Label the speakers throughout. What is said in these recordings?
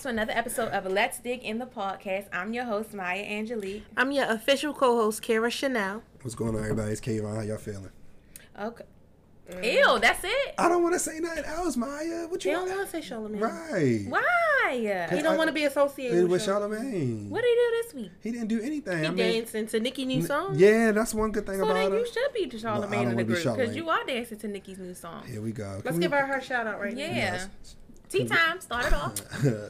Speaker 1: to another episode of Let's Dig in the Podcast. I'm your host, Maya Angelique.
Speaker 2: I'm your official co-host, Kara Chanel.
Speaker 3: What's going on, everybody? It's Kayvon. How y'all feeling?
Speaker 1: Okay. Ew, that's it?
Speaker 3: I don't want to say nothing else, Maya. What
Speaker 2: They
Speaker 3: you
Speaker 2: don't
Speaker 3: wanna-
Speaker 2: want to say Charlamagne.
Speaker 3: Right.
Speaker 1: Why?
Speaker 2: He don't want to be associated
Speaker 3: It
Speaker 2: with
Speaker 3: was
Speaker 2: Charlamagne.
Speaker 3: Charlamagne.
Speaker 1: What did he do this week?
Speaker 3: He didn't do anything.
Speaker 2: He
Speaker 3: I mean,
Speaker 2: danced into Nicki new song.
Speaker 3: yeah, that's one good thing
Speaker 1: So
Speaker 3: about
Speaker 1: then
Speaker 3: her.
Speaker 1: you should be the
Speaker 3: I
Speaker 1: Charlamagne
Speaker 3: don't
Speaker 1: in the
Speaker 3: wanna be
Speaker 1: group because
Speaker 3: Charlamagne.
Speaker 1: you are dancing to Nicki's new song.
Speaker 3: Here we go.
Speaker 2: Let's give her her shout out right now.
Speaker 1: Yeah.
Speaker 3: Yes.
Speaker 1: Tea time, start it off.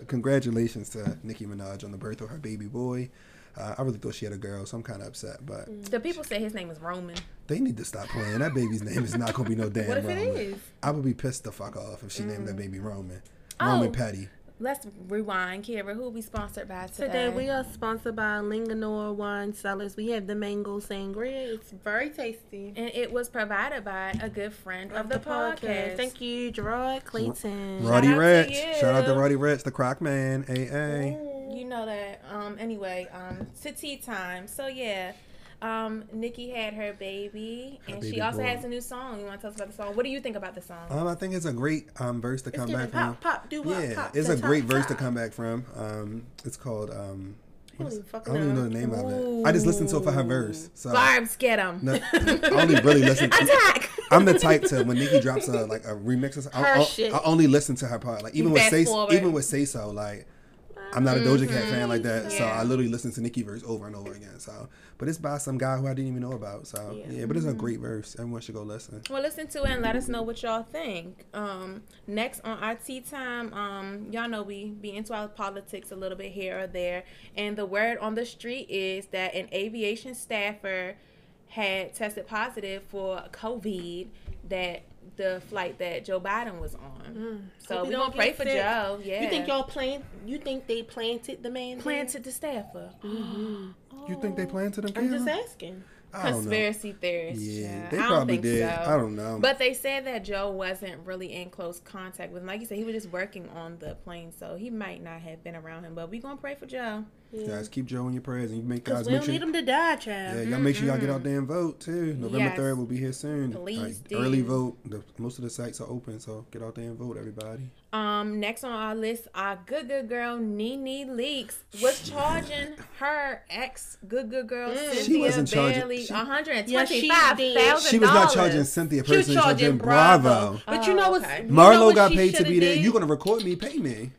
Speaker 3: Congratulations to Nicki Minaj on the birth of her baby boy. Uh, I really thought she had a girl, so I'm kind of upset. But
Speaker 1: The people say his name is Roman.
Speaker 3: they need to stop playing. That baby's name is not gonna be no damn
Speaker 2: What if it
Speaker 3: Roman.
Speaker 2: is?
Speaker 3: I would be pissed the fuck off if she named that baby Roman.
Speaker 1: Oh.
Speaker 3: Roman Patty.
Speaker 1: Let's rewind, Kira. Who we sponsored by today?
Speaker 2: Today we are sponsored by Linganore Wine Cellars. We have the mango sangria. It's very tasty.
Speaker 1: and it was provided by a good friend of, the, podcast.
Speaker 2: Thank you, Gerard Clayton.
Speaker 3: Roddy
Speaker 1: out to
Speaker 3: Rich. Shout out to
Speaker 1: you.
Speaker 3: Roddy Rich, the croc man. AA.
Speaker 1: You know that. Um. Anyway. Um. To tea time. So yeah. Um. Nikki had her baby,
Speaker 3: Her
Speaker 1: and she
Speaker 3: baby
Speaker 1: also
Speaker 3: boy.
Speaker 1: has a new song. You want to tell us about the song? What do you think about the song?
Speaker 3: Um, I think it's a great um, verse to
Speaker 2: Let's
Speaker 3: come
Speaker 2: do
Speaker 3: back
Speaker 2: it.
Speaker 3: from.
Speaker 2: Pop, pop, do what?
Speaker 3: Yeah,
Speaker 2: pop,
Speaker 3: it's
Speaker 2: ta,
Speaker 3: a
Speaker 2: ta,
Speaker 3: great verse to
Speaker 2: ta.
Speaker 3: come back from. Um, it's called. Um,
Speaker 2: don't
Speaker 3: what is-
Speaker 2: even
Speaker 3: I
Speaker 2: fucking
Speaker 3: don't even know the name of it. I just listened to it for her verse. So
Speaker 1: Barbs, get him.
Speaker 3: No, I only really listen.
Speaker 1: Attack.
Speaker 3: I'm the type to when Nicki drops a like a remix or something.
Speaker 2: Her
Speaker 3: I, I,
Speaker 2: shit.
Speaker 3: I only listen to her part. Like even with
Speaker 1: Fast
Speaker 3: say
Speaker 1: forward.
Speaker 3: even with say so like. I'm not a Doja Cat fan like that, so
Speaker 2: Mm-hmm.
Speaker 1: Yeah.
Speaker 3: I literally listen to Nicki verse over and over again. So, but it's by some guy who I didn't even know about. So yeah, but it's a great verse. Everyone should go listen.
Speaker 1: Well, listen to it and let us know what y'all think. Um, next on our tea time, um, y'all know we be into our politics a little bit here or there, and the word on the street is that an aviation staffer had tested positive for COVID. That the flight that Joe Biden was on. so
Speaker 2: Mm. Hope
Speaker 1: we gonna
Speaker 2: he don't
Speaker 1: pray
Speaker 2: get
Speaker 1: for
Speaker 2: sick.
Speaker 1: Joe. Yeah,
Speaker 2: You think y'all plant? You think they planted the man?
Speaker 1: planted the staffer?
Speaker 3: You think they planted them?
Speaker 2: there? I'm
Speaker 3: Kayla?
Speaker 2: just asking.
Speaker 3: I don't know.
Speaker 1: Conspiracy theorists.
Speaker 3: Yeah,
Speaker 1: child.
Speaker 3: they
Speaker 1: I don't
Speaker 3: probably
Speaker 1: think
Speaker 3: did.
Speaker 1: so.
Speaker 3: I don't know.
Speaker 1: But they said that Joe wasn't really in close contact with him. Like you said, he was just working on the plane, so he might not have been around him. But we gonna pray for Joe.
Speaker 3: guys, keep Joe in your prayers, and you make
Speaker 2: Cause
Speaker 3: guys
Speaker 2: we
Speaker 3: make
Speaker 2: don't
Speaker 3: sure.
Speaker 2: need them to die, child.
Speaker 3: Yeah, y'all make sure y'all get out there and vote too. November
Speaker 1: Yes.
Speaker 3: third will be here soon.
Speaker 1: Please do.
Speaker 3: early vote. The, most of the sites are open, so get out there and vote, everybody.
Speaker 1: Um, next on our list, our good good girl Nene Leaks was charging her ex good good girl Cynthia
Speaker 3: She wasn't charging-
Speaker 1: Bailey
Speaker 3: she-
Speaker 1: one hundred and
Speaker 2: Yes,
Speaker 1: twenty
Speaker 2: Mm. she
Speaker 1: five
Speaker 2: did.
Speaker 1: thousand.
Speaker 3: She was not charging Cynthia
Speaker 2: She was
Speaker 3: personally. She was charging Bravo.
Speaker 2: But you know what's
Speaker 1: okay.
Speaker 2: you know
Speaker 3: Marlo
Speaker 2: what
Speaker 3: got
Speaker 2: she
Speaker 3: paid to
Speaker 2: shoulda
Speaker 3: be there.
Speaker 2: did?
Speaker 3: You gonna record me? Pay me.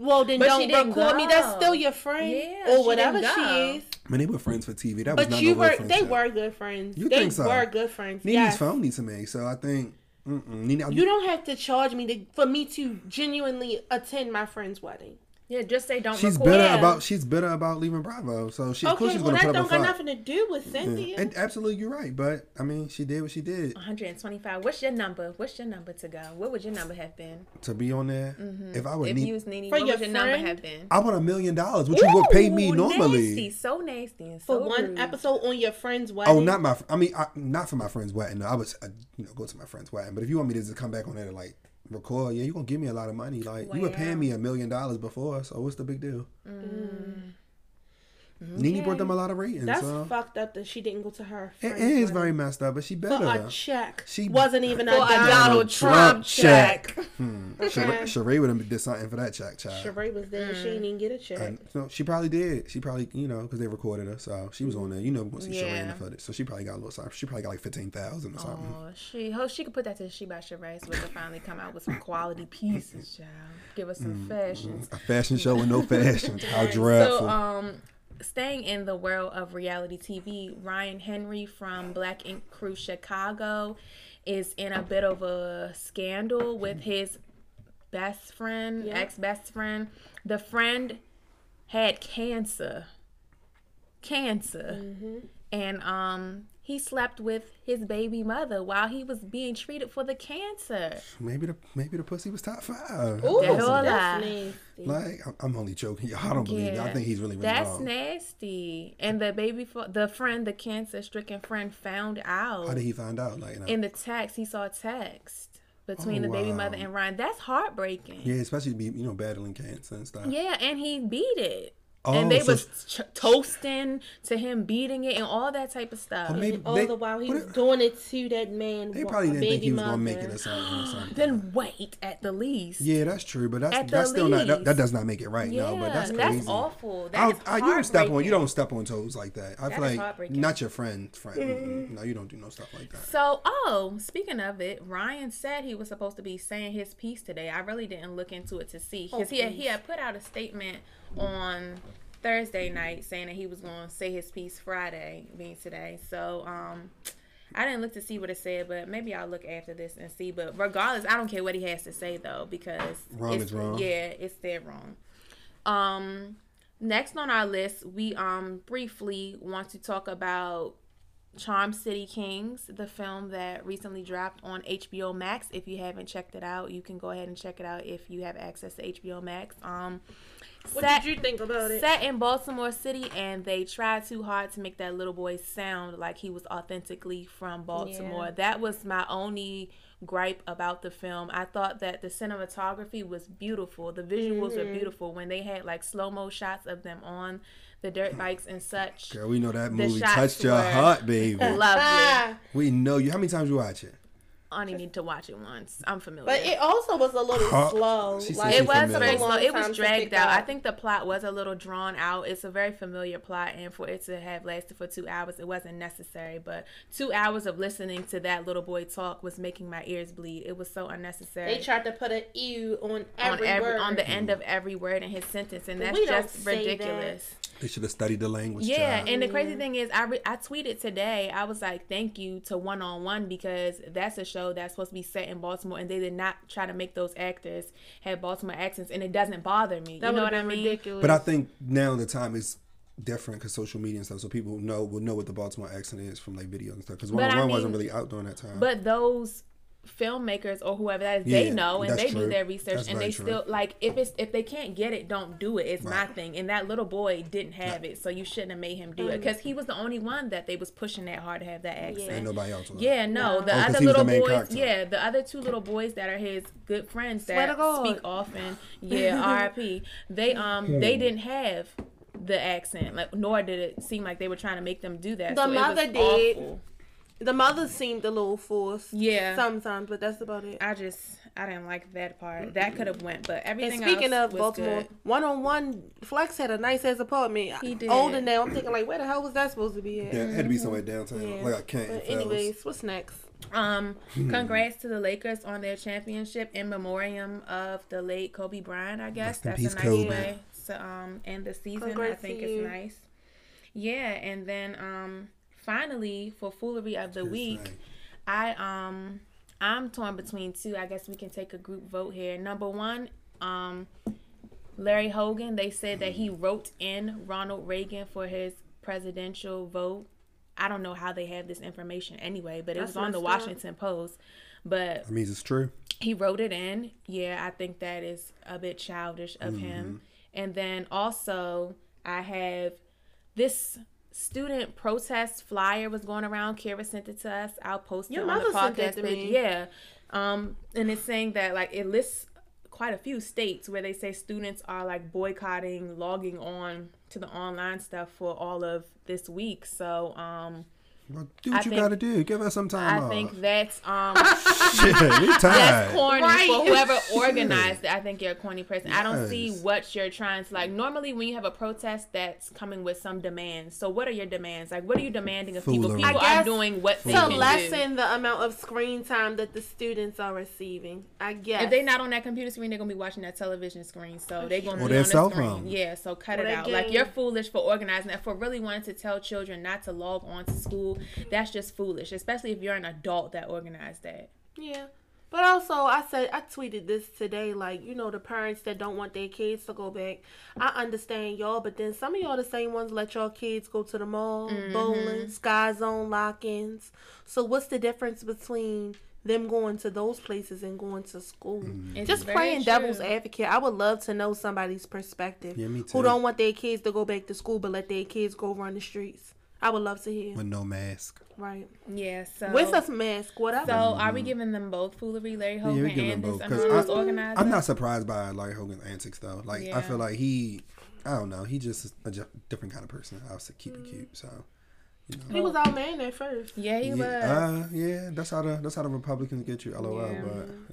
Speaker 2: well then
Speaker 1: But she
Speaker 2: don't
Speaker 1: didn't
Speaker 2: record me. That's
Speaker 1: go.
Speaker 2: still your friend
Speaker 1: Yeah, she
Speaker 2: or whatever
Speaker 1: didn't
Speaker 2: she
Speaker 1: go.
Speaker 2: is.
Speaker 3: I mean, they were friends for TV. That was
Speaker 2: But
Speaker 3: not
Speaker 2: you
Speaker 3: no
Speaker 2: were
Speaker 3: real
Speaker 2: they
Speaker 3: friendship.
Speaker 2: were good friends.
Speaker 3: You
Speaker 2: they
Speaker 3: think so?
Speaker 2: were good friends.
Speaker 3: Nene's
Speaker 2: yes.
Speaker 3: phony to me, so I think. Mm-mm, Nene, I,
Speaker 2: You don't have to charge me to, for me to genuinely attend my friend's wedding.
Speaker 1: Yeah, just say don't.
Speaker 3: she's
Speaker 1: record.
Speaker 3: bitter
Speaker 2: Yeah.
Speaker 3: about she's bitter about leaving Bravo, so she of course
Speaker 2: Okay,
Speaker 3: she's
Speaker 2: well
Speaker 3: gonna
Speaker 2: that
Speaker 3: put up
Speaker 2: don't
Speaker 3: a
Speaker 2: got
Speaker 3: fight.
Speaker 2: nothing to do with Cynthia.
Speaker 3: Yeah. And uh, absolutely, you're right. But I mean, she did what she did.
Speaker 1: 125. What's your number? What's your number to go? What would your number have been?
Speaker 3: to be on there.
Speaker 2: Mm-hmm.
Speaker 3: If I would
Speaker 1: If
Speaker 3: need,
Speaker 1: you was Nene,
Speaker 2: For
Speaker 1: what would your
Speaker 2: your
Speaker 1: number
Speaker 2: friend?
Speaker 1: have been?
Speaker 3: I want a million dollars, which you would pay me
Speaker 1: Ooh,
Speaker 3: normally.
Speaker 1: Nasty, so nasty and so
Speaker 2: for one
Speaker 1: rude.
Speaker 2: episode on your friend's wedding.
Speaker 3: Oh, not my. I mean, I, not for my friend's wedding. No, I was, uh you know, go to my friend's wedding. But if you want me to just come back on there to like record, yeah, you are gonna give me a lot of money. Like you were paying me a million dollars before, so what's the big deal?
Speaker 2: Mm.
Speaker 1: Mm-hmm.
Speaker 3: Nene brought them a lot of ratings.
Speaker 2: That's
Speaker 3: so.
Speaker 2: fucked up that she didn't go to her
Speaker 3: it
Speaker 2: friend's
Speaker 3: is
Speaker 2: wedding.
Speaker 3: very messed up, but she
Speaker 1: uh,
Speaker 2: for
Speaker 3: better.
Speaker 2: a check.
Speaker 3: She-
Speaker 2: She wasn't even a
Speaker 1: For a
Speaker 2: dollar.
Speaker 1: Donald Trump check.
Speaker 3: Sheree Sheree would have did something for that check, child.
Speaker 2: Sheree was there. She
Speaker 1: Mm.
Speaker 2: didn't even get a check.
Speaker 3: And, no, she probably did. She probably, you know, because they recorded her, so she was on there. You know, we gonna see Sheree in
Speaker 1: Yeah.
Speaker 3: the footage, so she probably got a little something. She probably got like fifteen thousand or something.
Speaker 1: Oh, she hope she could put that to She by Sheree so we can finally come out with some quality pieces, child. Give us
Speaker 3: Mm.
Speaker 1: some fashions.
Speaker 3: A fashion show with no fashion. How dreadful.
Speaker 1: So, um, staying in the world of reality TV, Ryan Henry from Black Ink Crew Chicago is in a bit of a scandal with his best friend,
Speaker 2: Yeah.
Speaker 1: ex best friend. The friend had cancer. Cancer. And um he slept with his baby mother while he was being treated for the cancer.
Speaker 3: maybe the maybe the pussy was top five.
Speaker 2: Ooh,
Speaker 1: That's all
Speaker 2: that's
Speaker 1: I-
Speaker 2: nasty.
Speaker 3: Like I'm- I'm only joking. y'all. I don't believe. you I think he's really really
Speaker 1: That's
Speaker 3: wrong.
Speaker 1: nasty. And the baby, fa- the friend, the cancer-stricken friend, found out
Speaker 3: How did he find out? Like, you know,
Speaker 1: in the text. He saw a text between
Speaker 3: Oh,
Speaker 1: the baby
Speaker 3: wow.
Speaker 1: mother and Ryan. That's heartbreaking.
Speaker 3: yeah, especially be you know battling cancer and stuff.
Speaker 1: Yeah, and he beat it.
Speaker 3: Oh,
Speaker 1: and they
Speaker 3: so-
Speaker 1: was ch- toasting to him beating it and all that type of stuff.
Speaker 3: Oh, maybe
Speaker 2: all
Speaker 3: they-
Speaker 2: the while he
Speaker 3: what
Speaker 2: was
Speaker 3: if-
Speaker 2: doing it to that man.
Speaker 3: They
Speaker 2: wa-
Speaker 3: probably didn't think
Speaker 2: baby
Speaker 3: he was gonna
Speaker 2: mother.
Speaker 3: make it or something. Or something.
Speaker 1: Then wait at the least.
Speaker 3: yeah, that's true, but that's
Speaker 1: At the
Speaker 3: that's still not that,
Speaker 1: least.
Speaker 3: that does not make it right.
Speaker 1: Yeah,
Speaker 3: no, but that's
Speaker 1: that's,
Speaker 3: crazy.
Speaker 1: awful.
Speaker 3: I
Speaker 1: That's
Speaker 3: don't, I, you don't step on you
Speaker 1: heartbreaking.
Speaker 3: don't step on toes like that. I
Speaker 1: That
Speaker 3: feel
Speaker 1: is
Speaker 3: like
Speaker 1: heartbreaking.
Speaker 3: not your friend, friend. Mm-mm. No, you don't do no stuff like that.
Speaker 1: So, oh, speaking of it, Ryan said he was supposed to be saying his piece today. I really didn't look into it to see because he had, he had put out a statement on Thursday night saying that he was going to say his piece Friday, being today. So, um, I didn't look to see what it said, but maybe I'll look after this and see. But regardless, I don't care what he has to say though because
Speaker 3: Wrong
Speaker 1: it's-
Speaker 3: is wrong.
Speaker 1: Yeah, it's their wrong. Um, next on our list, we um briefly want to talk about Charm City Kings, the film that recently dropped on HBO Max. If you haven't checked it out, you can go ahead and check it out if you have access to HBO Max. Um,
Speaker 2: What
Speaker 1: set-
Speaker 2: did you think about it?
Speaker 1: set in Baltimore City, and they tried too hard to make that little boy sound like he was authentically from Baltimore.
Speaker 2: Yeah.
Speaker 1: That was my only gripe about the film. I thought that the cinematography was beautiful, the visuals
Speaker 2: Mm-hmm.
Speaker 1: were beautiful when they had like slow mo shots of them on the dirt bikes and such.
Speaker 3: Girl, we know that
Speaker 1: The
Speaker 3: movie
Speaker 1: shots
Speaker 3: touched your
Speaker 1: were-
Speaker 3: heart, baby.
Speaker 1: Lovely.
Speaker 2: Ah,
Speaker 3: we know you. How many times you watch it?
Speaker 1: I only need to watch it once. I'm familiar.
Speaker 2: but it also was a little
Speaker 3: Huh.
Speaker 2: slow.
Speaker 3: She said
Speaker 2: Like,
Speaker 3: she
Speaker 1: It was
Speaker 3: familiar.
Speaker 1: very
Speaker 3: Took a
Speaker 1: slow.
Speaker 2: long
Speaker 1: It
Speaker 2: time
Speaker 1: was
Speaker 2: to
Speaker 1: dragged
Speaker 2: pick
Speaker 1: out. I
Speaker 2: up.
Speaker 1: think the plot was a little drawn out. It's a very familiar plot, and for it to have lasted for two hours, it wasn't necessary. But two hours of listening to that little boy talk was making my ears bleed. It was so unnecessary.
Speaker 2: They tried to put an ew on
Speaker 1: on
Speaker 2: every,
Speaker 1: every
Speaker 2: word.
Speaker 1: on the end of every word in his sentence, and
Speaker 2: But
Speaker 1: that's
Speaker 2: we don't
Speaker 1: just
Speaker 2: say that.
Speaker 1: ridiculous.
Speaker 3: They should have studied the language.
Speaker 1: Yeah,
Speaker 3: child.
Speaker 1: and the crazy thing is, I re- I tweeted today. I was like, "Thank you to One on One because that's a show that's supposed to be set in Baltimore, and they did not try to make those actors have Baltimore accents, and it doesn't bother me.
Speaker 2: that
Speaker 1: you
Speaker 2: would
Speaker 1: know
Speaker 2: have
Speaker 1: what I
Speaker 2: been
Speaker 1: mean?
Speaker 2: ridiculous.
Speaker 3: but I think now the time is different because social media and stuff, so people know will know what the Baltimore accent is from like videos and stuff. Because one
Speaker 1: But
Speaker 3: on
Speaker 1: I
Speaker 3: one
Speaker 1: mean-
Speaker 3: wasn't really out during that time.
Speaker 1: But those filmmakers or whoever that is,
Speaker 3: Yeah,
Speaker 1: they know and
Speaker 3: that's
Speaker 1: they
Speaker 3: true.
Speaker 1: do their research,
Speaker 3: That's
Speaker 1: and
Speaker 3: very
Speaker 1: they
Speaker 3: true.
Speaker 1: still like if it's if they can't get it, don't do it. It's my
Speaker 3: Right.
Speaker 1: thing, and that little boy didn't have it, so you shouldn't have made him do
Speaker 2: Um,
Speaker 1: it because he was the only one that they was pushing that hard to have that accent.
Speaker 3: and nobody else. Was.
Speaker 1: Yeah, no, the
Speaker 3: Oh, 'cause
Speaker 1: other
Speaker 3: he was the
Speaker 1: little
Speaker 3: main
Speaker 1: boys,
Speaker 3: character.
Speaker 1: yeah, the other two little boys that are his good friends
Speaker 2: to
Speaker 1: that
Speaker 2: God.
Speaker 1: speak often, yeah, RIP. They
Speaker 3: Hmm.
Speaker 1: um they didn't have the accent, like nor did it seem like they were trying to make them do that.
Speaker 2: The
Speaker 1: so it was
Speaker 2: mother did.
Speaker 1: awful.
Speaker 2: the mother seemed a little forced.
Speaker 1: Yeah.
Speaker 2: Sometimes, but that's about it.
Speaker 1: I just I didn't like that part. That could have went, but
Speaker 2: And
Speaker 1: everything.
Speaker 2: speaking
Speaker 1: else
Speaker 2: of
Speaker 1: was
Speaker 2: Baltimore,
Speaker 1: good.
Speaker 2: one on one, Flex had a nice ass apartment.
Speaker 1: He did.
Speaker 2: Older now, I'm thinking like, where the hell was that supposed to be at?
Speaker 3: Yeah, it had to be somewhere downtown,
Speaker 2: Yeah.
Speaker 3: like I can't.
Speaker 2: But anyways, what's next?
Speaker 1: Um,
Speaker 3: Hmm.
Speaker 1: congrats to the Lakers on their championship in memoriam of the late Kobe Bryant. I guess
Speaker 3: Rest in
Speaker 1: that's
Speaker 3: peace,
Speaker 1: a nice
Speaker 3: Kobe.
Speaker 1: way to um end the season.
Speaker 2: Congrats
Speaker 1: I think
Speaker 2: to
Speaker 1: it's
Speaker 2: you.
Speaker 1: nice. Yeah, and then um finally for foolery of the week, I um I'm torn between two. I guess we can take a group vote here. Number one, um Larry Hogan, they said that he wrote in Ronald Reagan for his presidential vote. I don't know how they have this information anyway, but it
Speaker 2: That's
Speaker 1: was on the
Speaker 2: messed up.
Speaker 1: Washington Post. But
Speaker 3: That means it's true.
Speaker 1: he wrote it in. Yeah, I think that is a bit childish of him. And then also, I have this student protest flyer was going around. Kira sent it to us. I'll post
Speaker 2: Your
Speaker 1: it on the
Speaker 2: mother sent
Speaker 1: podcast
Speaker 2: that to
Speaker 1: page.
Speaker 2: me.
Speaker 1: Yeah, um, and it's saying that like it lists quite a few states where they say students are like boycotting, logging on to the online stuff for all of this week. So um,
Speaker 3: Well, do what
Speaker 1: I
Speaker 3: you
Speaker 1: think-
Speaker 3: gotta do. Give us some time
Speaker 1: I
Speaker 3: off.
Speaker 1: think that's um.
Speaker 3: Shit, we
Speaker 1: That's
Speaker 3: tired.
Speaker 1: corny
Speaker 2: Right.
Speaker 1: for whoever organized it. I think you're a corny person. I don't see
Speaker 3: Yes.
Speaker 1: what you're trying to like. Normally, when you have a protest, that's coming with some demands. So, what are your demands? Like, what are you demanding of people?
Speaker 3: Foolery.
Speaker 1: People
Speaker 2: I
Speaker 1: are
Speaker 2: guess
Speaker 1: doing what they
Speaker 2: To
Speaker 1: can
Speaker 3: Foolery.
Speaker 2: lessen the amount of screen time that the students are receiving, I
Speaker 1: do.
Speaker 2: guess.
Speaker 1: If they're not on that computer screen, they're gonna be watching that television screen. So they're gonna
Speaker 3: Or
Speaker 1: be
Speaker 3: their
Speaker 1: on the
Speaker 3: cell
Speaker 1: screen.
Speaker 3: phone.
Speaker 1: Yeah. So cut
Speaker 2: Oh, Or
Speaker 1: it
Speaker 2: their
Speaker 1: out. Like
Speaker 2: game.
Speaker 1: you're foolish for organizing that. For really wanting to tell children not to log on to school, that's just foolish. Especially if you're an adult that organized that.
Speaker 2: Yeah. But also, I said I tweeted this today. Like, you know, the parents that don't want their kids to go back, I understand y'all. But then some of y'all the same ones let y'all kids go to the mall,
Speaker 1: Mm-hmm.
Speaker 2: bowling, sky zone lock-ins. So what's the difference between them going to those places and going to school?
Speaker 3: Mm-hmm.
Speaker 1: It's
Speaker 2: Just
Speaker 1: very
Speaker 2: playing
Speaker 1: true.
Speaker 2: devil's advocate, I would love to know somebody's perspective
Speaker 3: Yeah, me too.
Speaker 2: who don't want their kids to go back to school but let their kids go run the streets. I would love to hear.
Speaker 3: with no mask.
Speaker 2: Right.
Speaker 1: Yeah. So.
Speaker 2: With a mask,
Speaker 1: so
Speaker 2: whatever.
Speaker 1: are we giving them both foolery, Larry Hogan,
Speaker 3: we giving
Speaker 1: and
Speaker 3: them
Speaker 1: this
Speaker 3: both, 'cause
Speaker 1: anonymous
Speaker 3: I-
Speaker 1: organizer?
Speaker 3: I'm not surprised by Larry Hogan's antics though. Like I
Speaker 1: Yeah.
Speaker 3: feel like he, I don't know, he just is a ju- different kind of person. I was keep it cute, so you know.
Speaker 2: he was our man at first.
Speaker 1: Yeah, he
Speaker 3: yeah,
Speaker 1: was.
Speaker 3: uh, yeah, that's how the that's how the Republicans get you, lol.
Speaker 1: Yeah.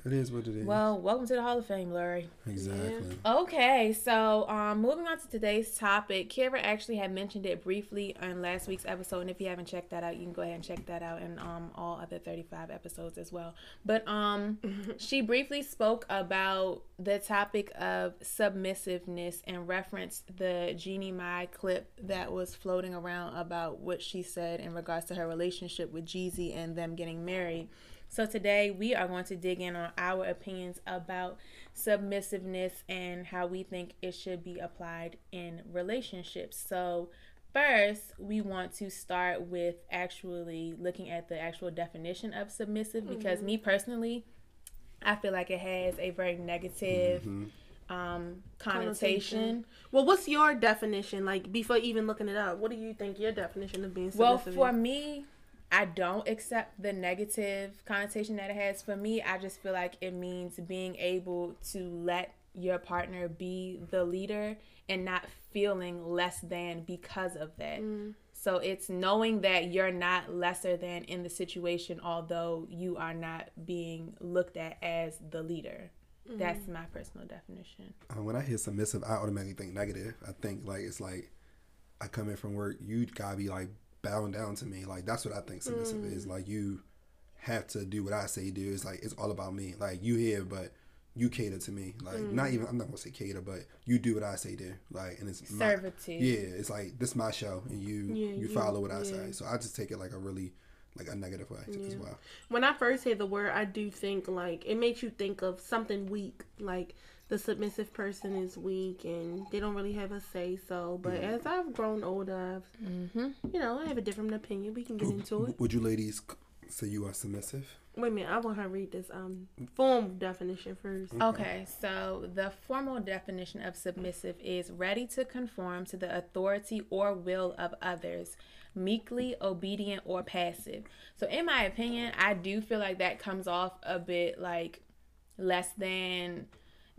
Speaker 3: But it is what it is.
Speaker 1: well, welcome to the Hall of Fame, Larry.
Speaker 3: exactly.
Speaker 1: Okay, so um, moving on to today's topic, Kira actually had mentioned it briefly on last week's episode, and if you haven't checked that out, you can go ahead and check that out, and um, all other thirty-five episodes as well. But um, she briefly spoke about the topic of submissiveness and referenced the Jeannie Mai clip that was floating around about what she said in regards to her relationship with Jeezy and them getting married. So today we are going to dig in on our opinions about submissiveness and how we think it should be applied in relationships. So first, we want to start with actually looking at the actual definition of submissive because me personally, I feel like it has a very negative um, connotation.
Speaker 2: Well, what's your definition? Like before even looking it up, what do you think your definition of being
Speaker 1: Well,
Speaker 2: submissive?
Speaker 1: for
Speaker 2: is?
Speaker 1: me, I don't accept the negative connotation that it has. For me, I just feel like it means being able to let your partner be the leader and not feeling less than because of that. So it's knowing that you're not lesser than in the situation, although you are not being looked at as the leader. That's my personal definition.
Speaker 3: Uh, when I hear submissive, I automatically think negative. I think like it's like I come in from work, you gotta be like bowing down to me. Like that's what I think submissive
Speaker 1: Mm.
Speaker 3: is. Like you have to do what I say do. It's like it's all about me. Like you here, but you cater to me. Like
Speaker 1: Mm.
Speaker 3: not even I'm not gonna say cater, but you do what I say do. Like and it's
Speaker 1: Servitude.
Speaker 3: My, yeah, it's like this my show, and you
Speaker 2: Yeah,
Speaker 3: you
Speaker 2: you-
Speaker 3: follow what I say.
Speaker 2: yeah.
Speaker 3: So I just take it like a really like a negative way as well.
Speaker 2: when I first hear the word, I do think like it makes you think of something weak, like the submissive person is weak and they don't really have a say so. But as I've grown older, I've, you know, I have a different opinion. We can get into it.
Speaker 3: Would you ladies c- say you are submissive?
Speaker 2: Wait a minute, I want her to read this um form definition first.
Speaker 1: Okay, so the formal definition of submissive is ready to conform to the authority or will of others, meekly obedient or passive. So, in my opinion, I do feel like that comes off a bit like less than,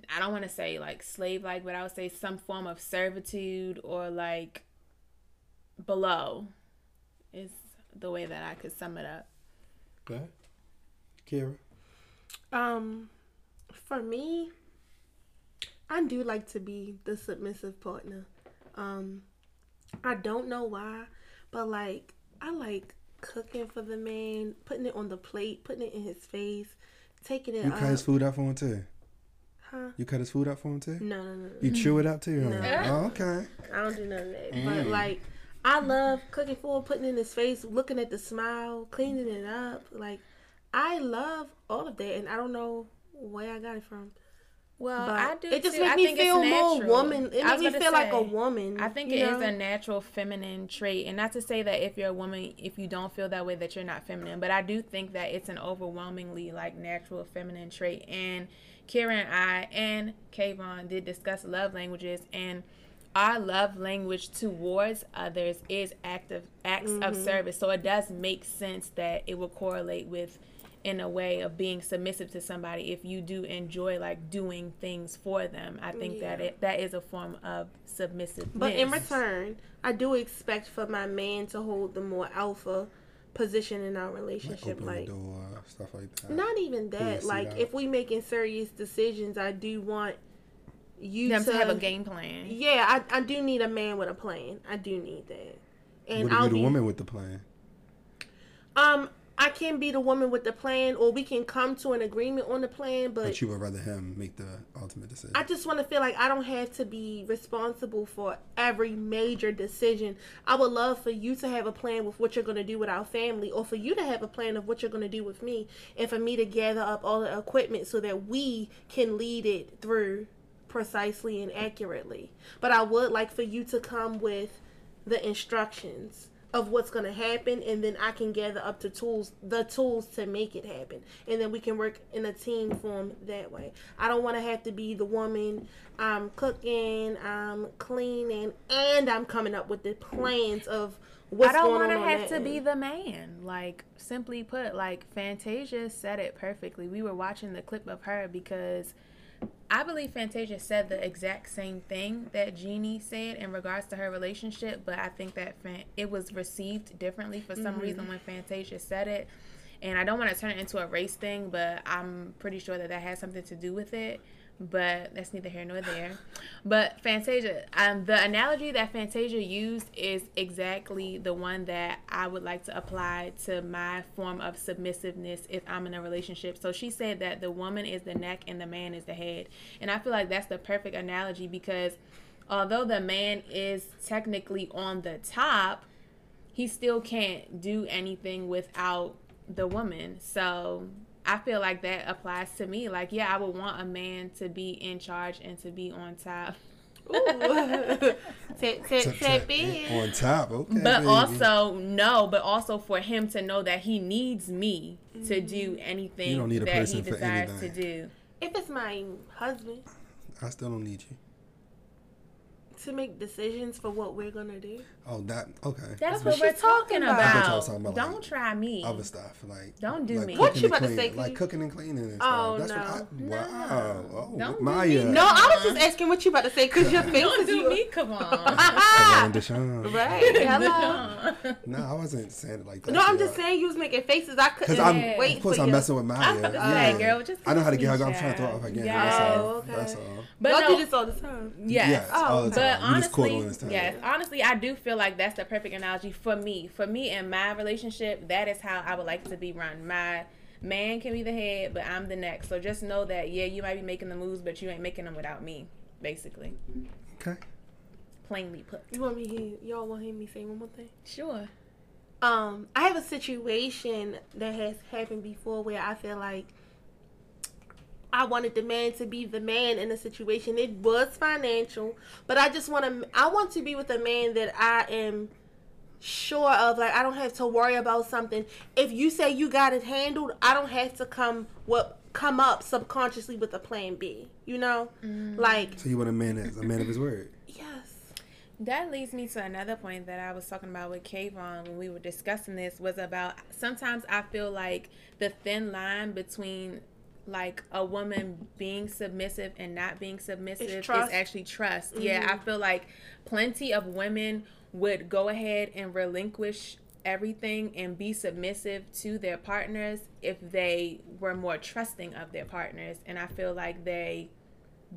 Speaker 1: I don't want to say like slave like, but I would say some form of servitude or like below is the way that I could sum it up.
Speaker 3: Okay. Kira.
Speaker 2: Um, for me, I do like to be the submissive partner. Um, I don't know why, but like I like cooking for the man, putting it on the plate, putting it in his face, taking it
Speaker 3: You
Speaker 2: up.
Speaker 3: cut his food up for him too.
Speaker 2: Uh, Huh?
Speaker 3: You cut his food up for him too.
Speaker 2: No, no, no, no.
Speaker 3: You chew it up too. huh?
Speaker 1: No.
Speaker 3: Oh, okay.
Speaker 2: I don't do none of that. But like, I love cooking for him, putting it in his face, looking at the smile, cleaning it up. Like, I love all of that, and I don't know where I got it from.
Speaker 1: Well,
Speaker 2: But
Speaker 1: Uh, I do.
Speaker 2: It just
Speaker 1: too. I
Speaker 2: makes me
Speaker 1: think it's
Speaker 2: feel more
Speaker 1: natural.
Speaker 2: woman. It
Speaker 1: I
Speaker 2: makes
Speaker 1: was
Speaker 2: me
Speaker 1: gonna
Speaker 2: feel like a
Speaker 1: say,
Speaker 2: woman.
Speaker 1: I think it
Speaker 2: you
Speaker 1: is
Speaker 2: know?
Speaker 1: a natural feminine trait, and not to say that if you're a woman, if you don't feel that way, that you're not feminine. But I do think that it's an overwhelmingly like natural feminine trait. And Kira and I and Kayvon did discuss love languages, and our love language towards others is active acts of service. So it does make sense that it will correlate with in a way of being submissive to somebody if you do enjoy like doing things for them i think that
Speaker 2: Yeah.
Speaker 1: it that is a form of submissiveness
Speaker 2: But in return, I do expect for my man to hold the more alpha position in our
Speaker 3: Like
Speaker 2: relationship.
Speaker 3: open
Speaker 2: Like,
Speaker 3: the door, stuff like that.
Speaker 2: not even that.
Speaker 3: see
Speaker 2: Like,
Speaker 3: that.
Speaker 2: if we making serious decisions, I do want you
Speaker 1: them
Speaker 2: to
Speaker 1: to have a game plan
Speaker 2: Yeah, I, I do need a man with a plan. I do need that. And
Speaker 3: What if
Speaker 2: I'll
Speaker 3: you're the
Speaker 2: be,
Speaker 3: woman with the plan?
Speaker 2: Um, I can be the woman with the plan, or we can come to an agreement on the plan. But,
Speaker 3: But you would rather him make the ultimate decision.
Speaker 2: I just want to feel like I don't have to be responsible for every major decision. I would love for you to have a plan with what you're going to do with our family, or for you to have a plan of what you're going to do with me, and for me to gather up all the equipment so that we can lead it through precisely and accurately. But I would like for you to come with the instructions of what's going to happen and then I can gather up the tools the tools to make it happen and then we can work in a team form that way. I don't want to have to be the woman I'm cooking, I'm cleaning and I'm coming up with the plans of what's
Speaker 1: I don't
Speaker 2: going
Speaker 1: want to
Speaker 2: on
Speaker 1: have
Speaker 2: that
Speaker 1: to be
Speaker 2: end.
Speaker 1: the man. Like, simply put, like Fantasia said it perfectly. We were watching the clip of her because I believe Fantasia said the exact same thing that Jeannie said in regards to her relationship, but I think that Fan- it was received differently for some reason when Fantasia said it. And I don't want to turn it into a race thing, but I'm pretty sure that that has something to do with it. But that's neither here nor there. But Fantasia, um, the analogy that Fantasia used is exactly the one that I would like to apply to my form of submissiveness if I'm in a relationship. So she said that the woman is the neck and the man is the head. And I feel like that's the perfect analogy because although the man is technically on the top, he still can't do anything without the woman. So I feel like that applies to me. Like, yeah, I would want a man to be in charge and to be on top.
Speaker 2: Ooh. tap tap
Speaker 3: Tap,
Speaker 2: tap
Speaker 3: tap,
Speaker 2: in.
Speaker 3: on top. Okay.
Speaker 1: But
Speaker 3: baby.
Speaker 1: also, no, but also for him to know that he needs me to
Speaker 2: Mm-hmm.
Speaker 1: do anything
Speaker 3: You don't need a
Speaker 1: that he
Speaker 3: person for
Speaker 1: desires
Speaker 3: anything.
Speaker 1: to do.
Speaker 2: If it's my husband
Speaker 3: I still don't need you.
Speaker 2: to make decisions for what we're gonna do.
Speaker 3: Oh, that okay.
Speaker 1: That's
Speaker 2: what
Speaker 1: what we're
Speaker 2: she's talking
Speaker 1: talking
Speaker 2: about.
Speaker 3: I thought y'all
Speaker 1: about.
Speaker 3: was talking about, like,
Speaker 1: Don't try me.
Speaker 3: other stuff like
Speaker 1: Don't do
Speaker 3: like
Speaker 1: me.
Speaker 3: cooking
Speaker 1: What
Speaker 2: you
Speaker 3: and
Speaker 2: about to
Speaker 3: cleaning,
Speaker 2: say,
Speaker 3: Like
Speaker 2: 'cause
Speaker 3: cooking and cleaning and
Speaker 2: Oh,
Speaker 3: stuff. That's
Speaker 1: no.
Speaker 3: what I, wow. Oh,
Speaker 1: Don't do
Speaker 3: Maya.
Speaker 1: me.
Speaker 2: No, I was
Speaker 1: Uh-huh.
Speaker 2: just asking what you about to say because your face
Speaker 1: Don't
Speaker 2: is
Speaker 1: do
Speaker 2: you-
Speaker 1: me, come on.
Speaker 3: Come on, Deshaun.
Speaker 2: Right. Hello.
Speaker 1: Hello.
Speaker 3: No, I wasn't saying it like that.
Speaker 2: No, I'm
Speaker 3: y'all.
Speaker 2: just saying you was making faces. I couldn't
Speaker 3: Cause I'm,
Speaker 1: Yeah.
Speaker 2: wait
Speaker 3: of course,
Speaker 2: for
Speaker 3: I'm
Speaker 2: you.
Speaker 3: messing with Maya.
Speaker 1: about to
Speaker 3: yeah.
Speaker 1: say, girl, just
Speaker 3: I know how to
Speaker 1: kiss
Speaker 3: get her.
Speaker 1: me,
Speaker 3: I'm trying to throw it off
Speaker 1: child.
Speaker 3: again.
Speaker 1: Yeah.
Speaker 3: That's all.
Speaker 2: Oh, okay.
Speaker 3: That's all.
Speaker 1: But
Speaker 2: Y'all
Speaker 1: no,
Speaker 2: do this all the time.
Speaker 1: yes. Oh,
Speaker 3: all the
Speaker 1: But
Speaker 3: time. You just caught
Speaker 1: honestly,
Speaker 3: on this time.
Speaker 1: yes, honestly, I do feel like that's the perfect analogy for me. For me and my relationship, that is how I would like to be run. My man can be the head, but I'm the neck. So just know that, yeah, you might be making the moves, but you ain't making them without me, basically.
Speaker 3: Okay.
Speaker 1: Plainly put.
Speaker 2: You want me hear y'all want to hear me say one more thing?
Speaker 1: Sure.
Speaker 2: Um, I have a situation that has happened before where I feel like I wanted the man to be the man in the situation. It was financial, but I just want to. I want to be with a man that I am sure of. Like I don't have to worry about something. If you say you got it handled, I don't have to come what come up subconsciously with a plan B. You know, like
Speaker 3: So you want a man that's a man of his word.
Speaker 2: yes.
Speaker 1: That leads me to another point that I was talking about with Kayvon when we were discussing this was about sometimes I feel like the thin line between like a woman being submissive and not being submissive is
Speaker 2: trust.
Speaker 1: actually trust. Yeah, I feel like plenty of women would go ahead and relinquish everything and be submissive to their partners if they were more trusting of their partners and I feel like they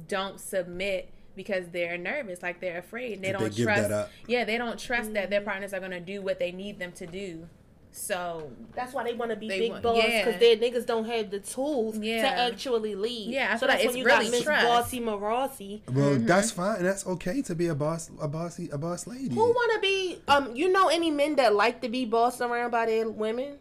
Speaker 1: don't submit because they're nervous, like they're afraid. They
Speaker 3: That they
Speaker 1: don't
Speaker 3: give that
Speaker 1: trust.
Speaker 3: up.
Speaker 1: Yeah, they don't trust that
Speaker 2: Mm.
Speaker 1: their partners are gonna do what they need them to do. So
Speaker 2: That's why they want to be
Speaker 1: They
Speaker 2: big
Speaker 1: want-
Speaker 2: boss
Speaker 1: yeah.
Speaker 2: because their niggas don't have the tools
Speaker 1: Yeah.
Speaker 2: to actually lead.
Speaker 1: Yeah, I
Speaker 2: so
Speaker 1: feel like
Speaker 2: that's
Speaker 1: it's
Speaker 2: when you
Speaker 1: really
Speaker 2: got Miss
Speaker 1: trust.
Speaker 2: Bossy Morossi.
Speaker 1: Mm-hmm.
Speaker 3: Well, that's fine. and That's okay to be a boss, a bossy, a boss lady.
Speaker 2: Who want to be? Um, you know any men that like to be bossed around by their women?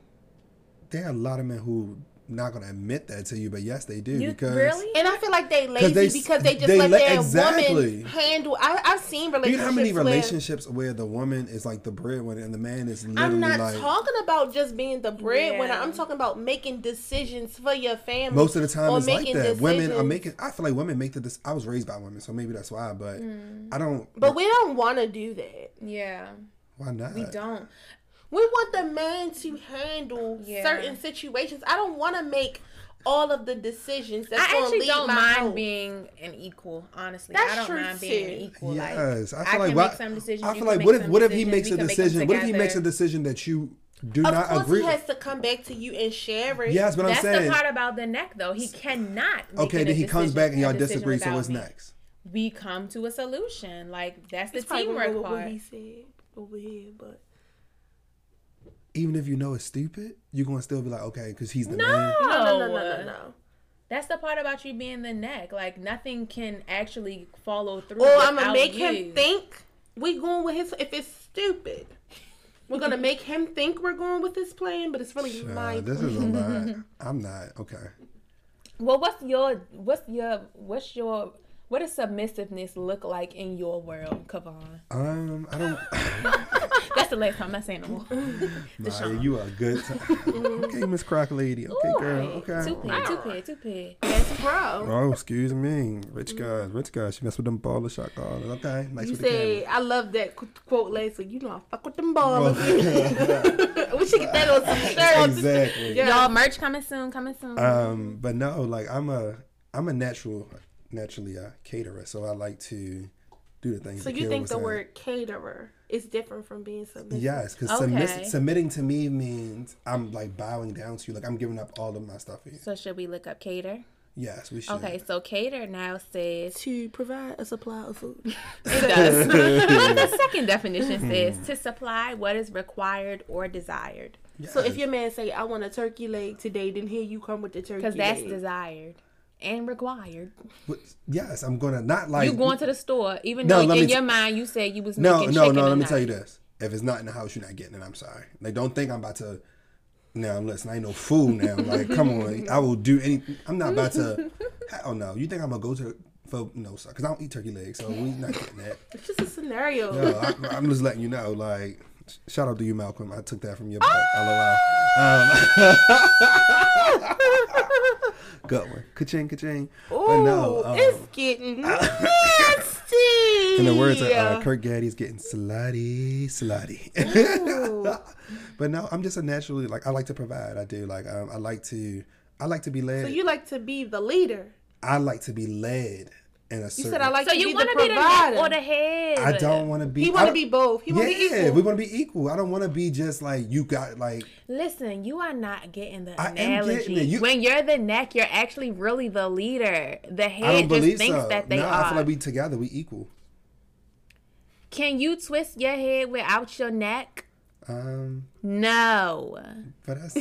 Speaker 3: there are a lot of men who not gonna admit that to you, but yes, they do
Speaker 1: you
Speaker 3: because
Speaker 1: really?
Speaker 2: And I feel like they lazy
Speaker 3: they s-
Speaker 2: because they just
Speaker 3: they
Speaker 2: let
Speaker 3: let-
Speaker 2: their
Speaker 3: exactly.
Speaker 2: woman handle. I, I've seen relationships.
Speaker 3: you know how many
Speaker 2: where-
Speaker 3: relationships where, the woman is like the breadwinner and the man is literally
Speaker 2: I'm not
Speaker 3: like
Speaker 2: talking about just being the breadwinner.
Speaker 1: Yeah.
Speaker 2: I'm talking about making decisions for your family.
Speaker 3: most of the time
Speaker 2: or
Speaker 3: it's like that.
Speaker 2: making
Speaker 3: Women are
Speaker 2: decisions.
Speaker 3: making. I feel like women make the. Dis- I was raised by women, so maybe that's why. But
Speaker 1: Mm.
Speaker 3: I don't.
Speaker 2: But we don't want to do that.
Speaker 1: Yeah,
Speaker 3: why not?
Speaker 1: we don't.
Speaker 2: We want the man to handle
Speaker 1: Yeah.
Speaker 2: certain situations. I don't want to make all of the decisions. That's
Speaker 1: I
Speaker 2: gonna
Speaker 1: actually
Speaker 2: lead
Speaker 1: don't
Speaker 2: my
Speaker 1: mind
Speaker 2: house.
Speaker 1: being an equal. Honestly,
Speaker 2: That's
Speaker 1: I don't
Speaker 2: true,
Speaker 1: mind being
Speaker 2: too.
Speaker 1: an equal.
Speaker 3: Yes,
Speaker 1: like,
Speaker 3: I feel like
Speaker 1: can
Speaker 3: why,
Speaker 1: make some decisions.
Speaker 3: I
Speaker 1: you
Speaker 3: feel
Speaker 1: can
Speaker 3: like
Speaker 1: make
Speaker 3: what if
Speaker 1: some
Speaker 3: what if he
Speaker 1: decisions,
Speaker 3: makes
Speaker 1: we
Speaker 3: a
Speaker 1: can make them
Speaker 3: decision? What if he
Speaker 1: together.
Speaker 3: makes a decision that you do
Speaker 2: Of
Speaker 3: not
Speaker 2: course,
Speaker 3: agree?
Speaker 2: he has
Speaker 3: with?
Speaker 2: to come back to you and share it.
Speaker 3: Yes, but I'm
Speaker 1: That's the
Speaker 3: saying
Speaker 1: part about the neck, though. He cannot. Make
Speaker 3: okay.
Speaker 1: it a
Speaker 3: Then he
Speaker 1: decision-
Speaker 3: comes back and
Speaker 1: a
Speaker 3: y'all
Speaker 1: decision
Speaker 3: disagree. So
Speaker 1: without
Speaker 3: what's
Speaker 1: me.
Speaker 3: next?
Speaker 1: We come to a solution. Like that's the
Speaker 2: It's probably
Speaker 1: teamwork
Speaker 2: what,
Speaker 1: part.
Speaker 2: what we said over here, but
Speaker 3: Even if you know it's stupid, you're gonna still be like okay because he's the
Speaker 1: No,
Speaker 3: man.
Speaker 2: no, no, no, no, no, no.
Speaker 1: That's the part about you being the neck. Like nothing can actually follow through.
Speaker 2: Or I'm gonna
Speaker 1: without
Speaker 2: make
Speaker 1: you.
Speaker 2: him think we going with his. If it's stupid, we're gonna make him think we're going with his plan, but it's really my.
Speaker 3: Child, this is a lot. I'm not okay.
Speaker 1: Well, what's your what's your what's your What does submissiveness look like in your world, Kavon?
Speaker 3: Um, I don't.
Speaker 1: That's the last time. I'm not saying no more.
Speaker 3: nah, you are good. T-
Speaker 2: Mm-hmm.
Speaker 3: okay, Miss Crock Lady. Okay, girl. Okay.
Speaker 1: Two pair, two pair, two pair.
Speaker 2: That's bro.
Speaker 3: Oh, excuse me. Rich guys, rich guys. She messed with them baller shot callers. Okay, nice
Speaker 2: Mm. You
Speaker 3: with the
Speaker 2: say I love that qu- quote last week. You know I fuck with them ballers. we should get that on
Speaker 3: camera.
Speaker 2: some shirts.
Speaker 3: Exactly.
Speaker 2: Yeah. Uh.
Speaker 1: Y'all, merch coming soon, coming soon.
Speaker 3: Um, but no, like I'm a, I'm a natural, naturally a caterer. So I like to do the things.
Speaker 2: So
Speaker 3: that
Speaker 2: you
Speaker 3: Kayla
Speaker 2: think
Speaker 3: was
Speaker 2: the
Speaker 3: saying.
Speaker 2: word caterer is different from being submissive?
Speaker 3: Yes, because
Speaker 1: Okay.
Speaker 3: submitting to me means I'm like bowing down to you. Like I'm giving up all of my stuff for you.
Speaker 1: So should we look up Cater?
Speaker 3: Yes, we should.
Speaker 1: Okay, so Cater now says
Speaker 2: To provide a supply of food.
Speaker 1: it does. the second definition says to supply what is required or desired,
Speaker 2: So if
Speaker 3: Yes.
Speaker 2: your man say I want a turkey leg today, then here you come with the turkey.
Speaker 1: because that's
Speaker 2: leg.
Speaker 1: desired and required.
Speaker 3: But- yes, I'm gonna not like
Speaker 1: You going to the store, even
Speaker 3: No,
Speaker 1: though
Speaker 3: let
Speaker 1: in
Speaker 3: me
Speaker 1: your mind you said you was
Speaker 3: no,
Speaker 1: making
Speaker 3: no,
Speaker 1: chicken
Speaker 3: no.
Speaker 1: or
Speaker 3: Let me
Speaker 1: not.
Speaker 3: tell you this: if it's not in the house, you're not getting it. I'm sorry. Like, don't think I'm about to. Now listen, I ain't no fool. Now, like, come on, I will do anything. I'm not about to. Oh no, you think I'm gonna go to for no, sir? Because I don't eat turkey legs, so we not getting that.
Speaker 2: It's just a scenario.
Speaker 3: No, I, I'm just letting you know. Like, sh- shout out to you, Malcolm. I took that from your butt. LOL.
Speaker 1: Ah!
Speaker 3: Um, good one. Ka-ching, ka-ching. But
Speaker 2: Ooh,
Speaker 3: no, um,
Speaker 2: it's getting nasty.
Speaker 3: in the words of uh, Kirk Gaddy's getting slutty, slutty.
Speaker 2: Ooh.
Speaker 3: but no, I'm just a naturally like I like to provide. I do like um, I like to I like to be led.
Speaker 2: So you like to be the leader.
Speaker 3: I like to be led in a
Speaker 2: You
Speaker 3: certain.
Speaker 2: said I like
Speaker 1: So
Speaker 2: to
Speaker 1: you
Speaker 2: be the
Speaker 1: want to be the
Speaker 2: provider.
Speaker 1: neck or the head?
Speaker 3: I don't want to be.
Speaker 2: he
Speaker 3: I
Speaker 2: want to
Speaker 3: don't-
Speaker 2: be both. He want to be
Speaker 3: Yeah,
Speaker 2: equal.
Speaker 3: we want to be equal. I don't want to be just like you got like
Speaker 1: Listen, you are not getting the
Speaker 3: I am getting
Speaker 1: analogy.
Speaker 3: it. You-
Speaker 1: when you're the neck, you're actually really the leader. The
Speaker 3: I don't
Speaker 1: head just
Speaker 3: believe
Speaker 1: thinks
Speaker 3: so.
Speaker 1: that they
Speaker 3: no,
Speaker 1: are.
Speaker 3: I feel like we together we equal.
Speaker 1: Can you twist your head without your neck?
Speaker 3: Um,
Speaker 1: No.
Speaker 3: but that's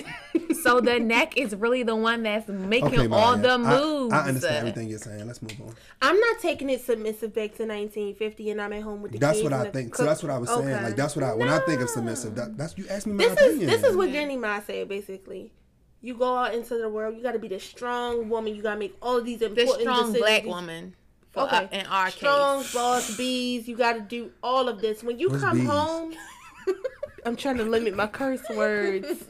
Speaker 1: So the neck is really the one that's making
Speaker 3: okay.
Speaker 1: all
Speaker 3: Maya,
Speaker 1: the
Speaker 3: I-
Speaker 1: moves.
Speaker 3: I, understand everything you're saying. Let's move on.
Speaker 2: I'm not taking it submissive back to 1950, and I'm at home with the
Speaker 3: That's
Speaker 2: kids.
Speaker 3: what
Speaker 2: and
Speaker 3: I
Speaker 2: the
Speaker 3: think. So
Speaker 2: cook-
Speaker 3: that's what I was saying.
Speaker 2: Okay.
Speaker 3: Like that's what I when I think of submissive. That, that's you asked me my
Speaker 2: this is
Speaker 3: opinion.
Speaker 2: this is what Jenny Ma said basically. You go out into the world. You got to be the strong woman. You got to make all these
Speaker 1: The
Speaker 2: important
Speaker 1: strong
Speaker 2: decisions.
Speaker 1: black
Speaker 2: These-
Speaker 1: woman. For okay. in our
Speaker 2: strong
Speaker 1: case.
Speaker 2: boss bees. You got to do all of this when you
Speaker 3: What's
Speaker 2: come
Speaker 3: bees?
Speaker 2: home. I'm trying to limit my curse words.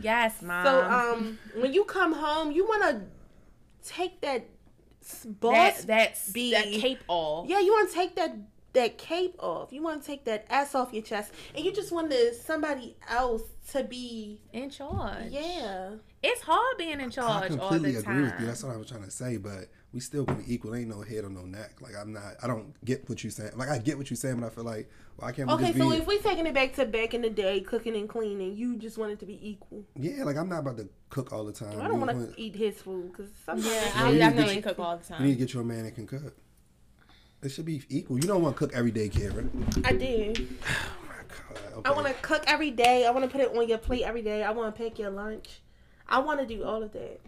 Speaker 1: Yes, mom.
Speaker 2: So um, when you come home, you want to take that s- boss.
Speaker 1: that, that's
Speaker 2: bee.
Speaker 1: that cape all.
Speaker 2: yeah, you want to take that that cape off. You want to take that ass off your chest, and you just want to somebody else to be.
Speaker 1: In charge.
Speaker 2: Yeah.
Speaker 1: It's hard being in charge
Speaker 3: I completely
Speaker 1: all the time.
Speaker 3: agree with you. That's what I was trying to say. But we still gonna be equal. Ain't no head or no neck. Like I'm not. I don't get what you saying. Like I get what you saying, but I feel like why can't we
Speaker 2: Okay,
Speaker 3: just
Speaker 2: so
Speaker 3: be?
Speaker 2: if we taking it back to back in the day, cooking and cleaning, you just want it to be equal.
Speaker 3: yeah, like I'm not about to cook all the time.
Speaker 2: I don't
Speaker 3: You
Speaker 2: want
Speaker 3: want-
Speaker 2: to eat his food because sometimes
Speaker 1: Yeah, I
Speaker 3: No, you need to
Speaker 1: definitely
Speaker 3: get-
Speaker 1: cook all the
Speaker 3: You need
Speaker 1: time.
Speaker 3: to get you a man that can cook. It should be equal. You don't want to cook every day, Karen.
Speaker 2: I do.
Speaker 3: Oh my god. Okay.
Speaker 2: I want to cook every day. I want to put it on your plate every day. I want to pack your lunch. I want to do all of that.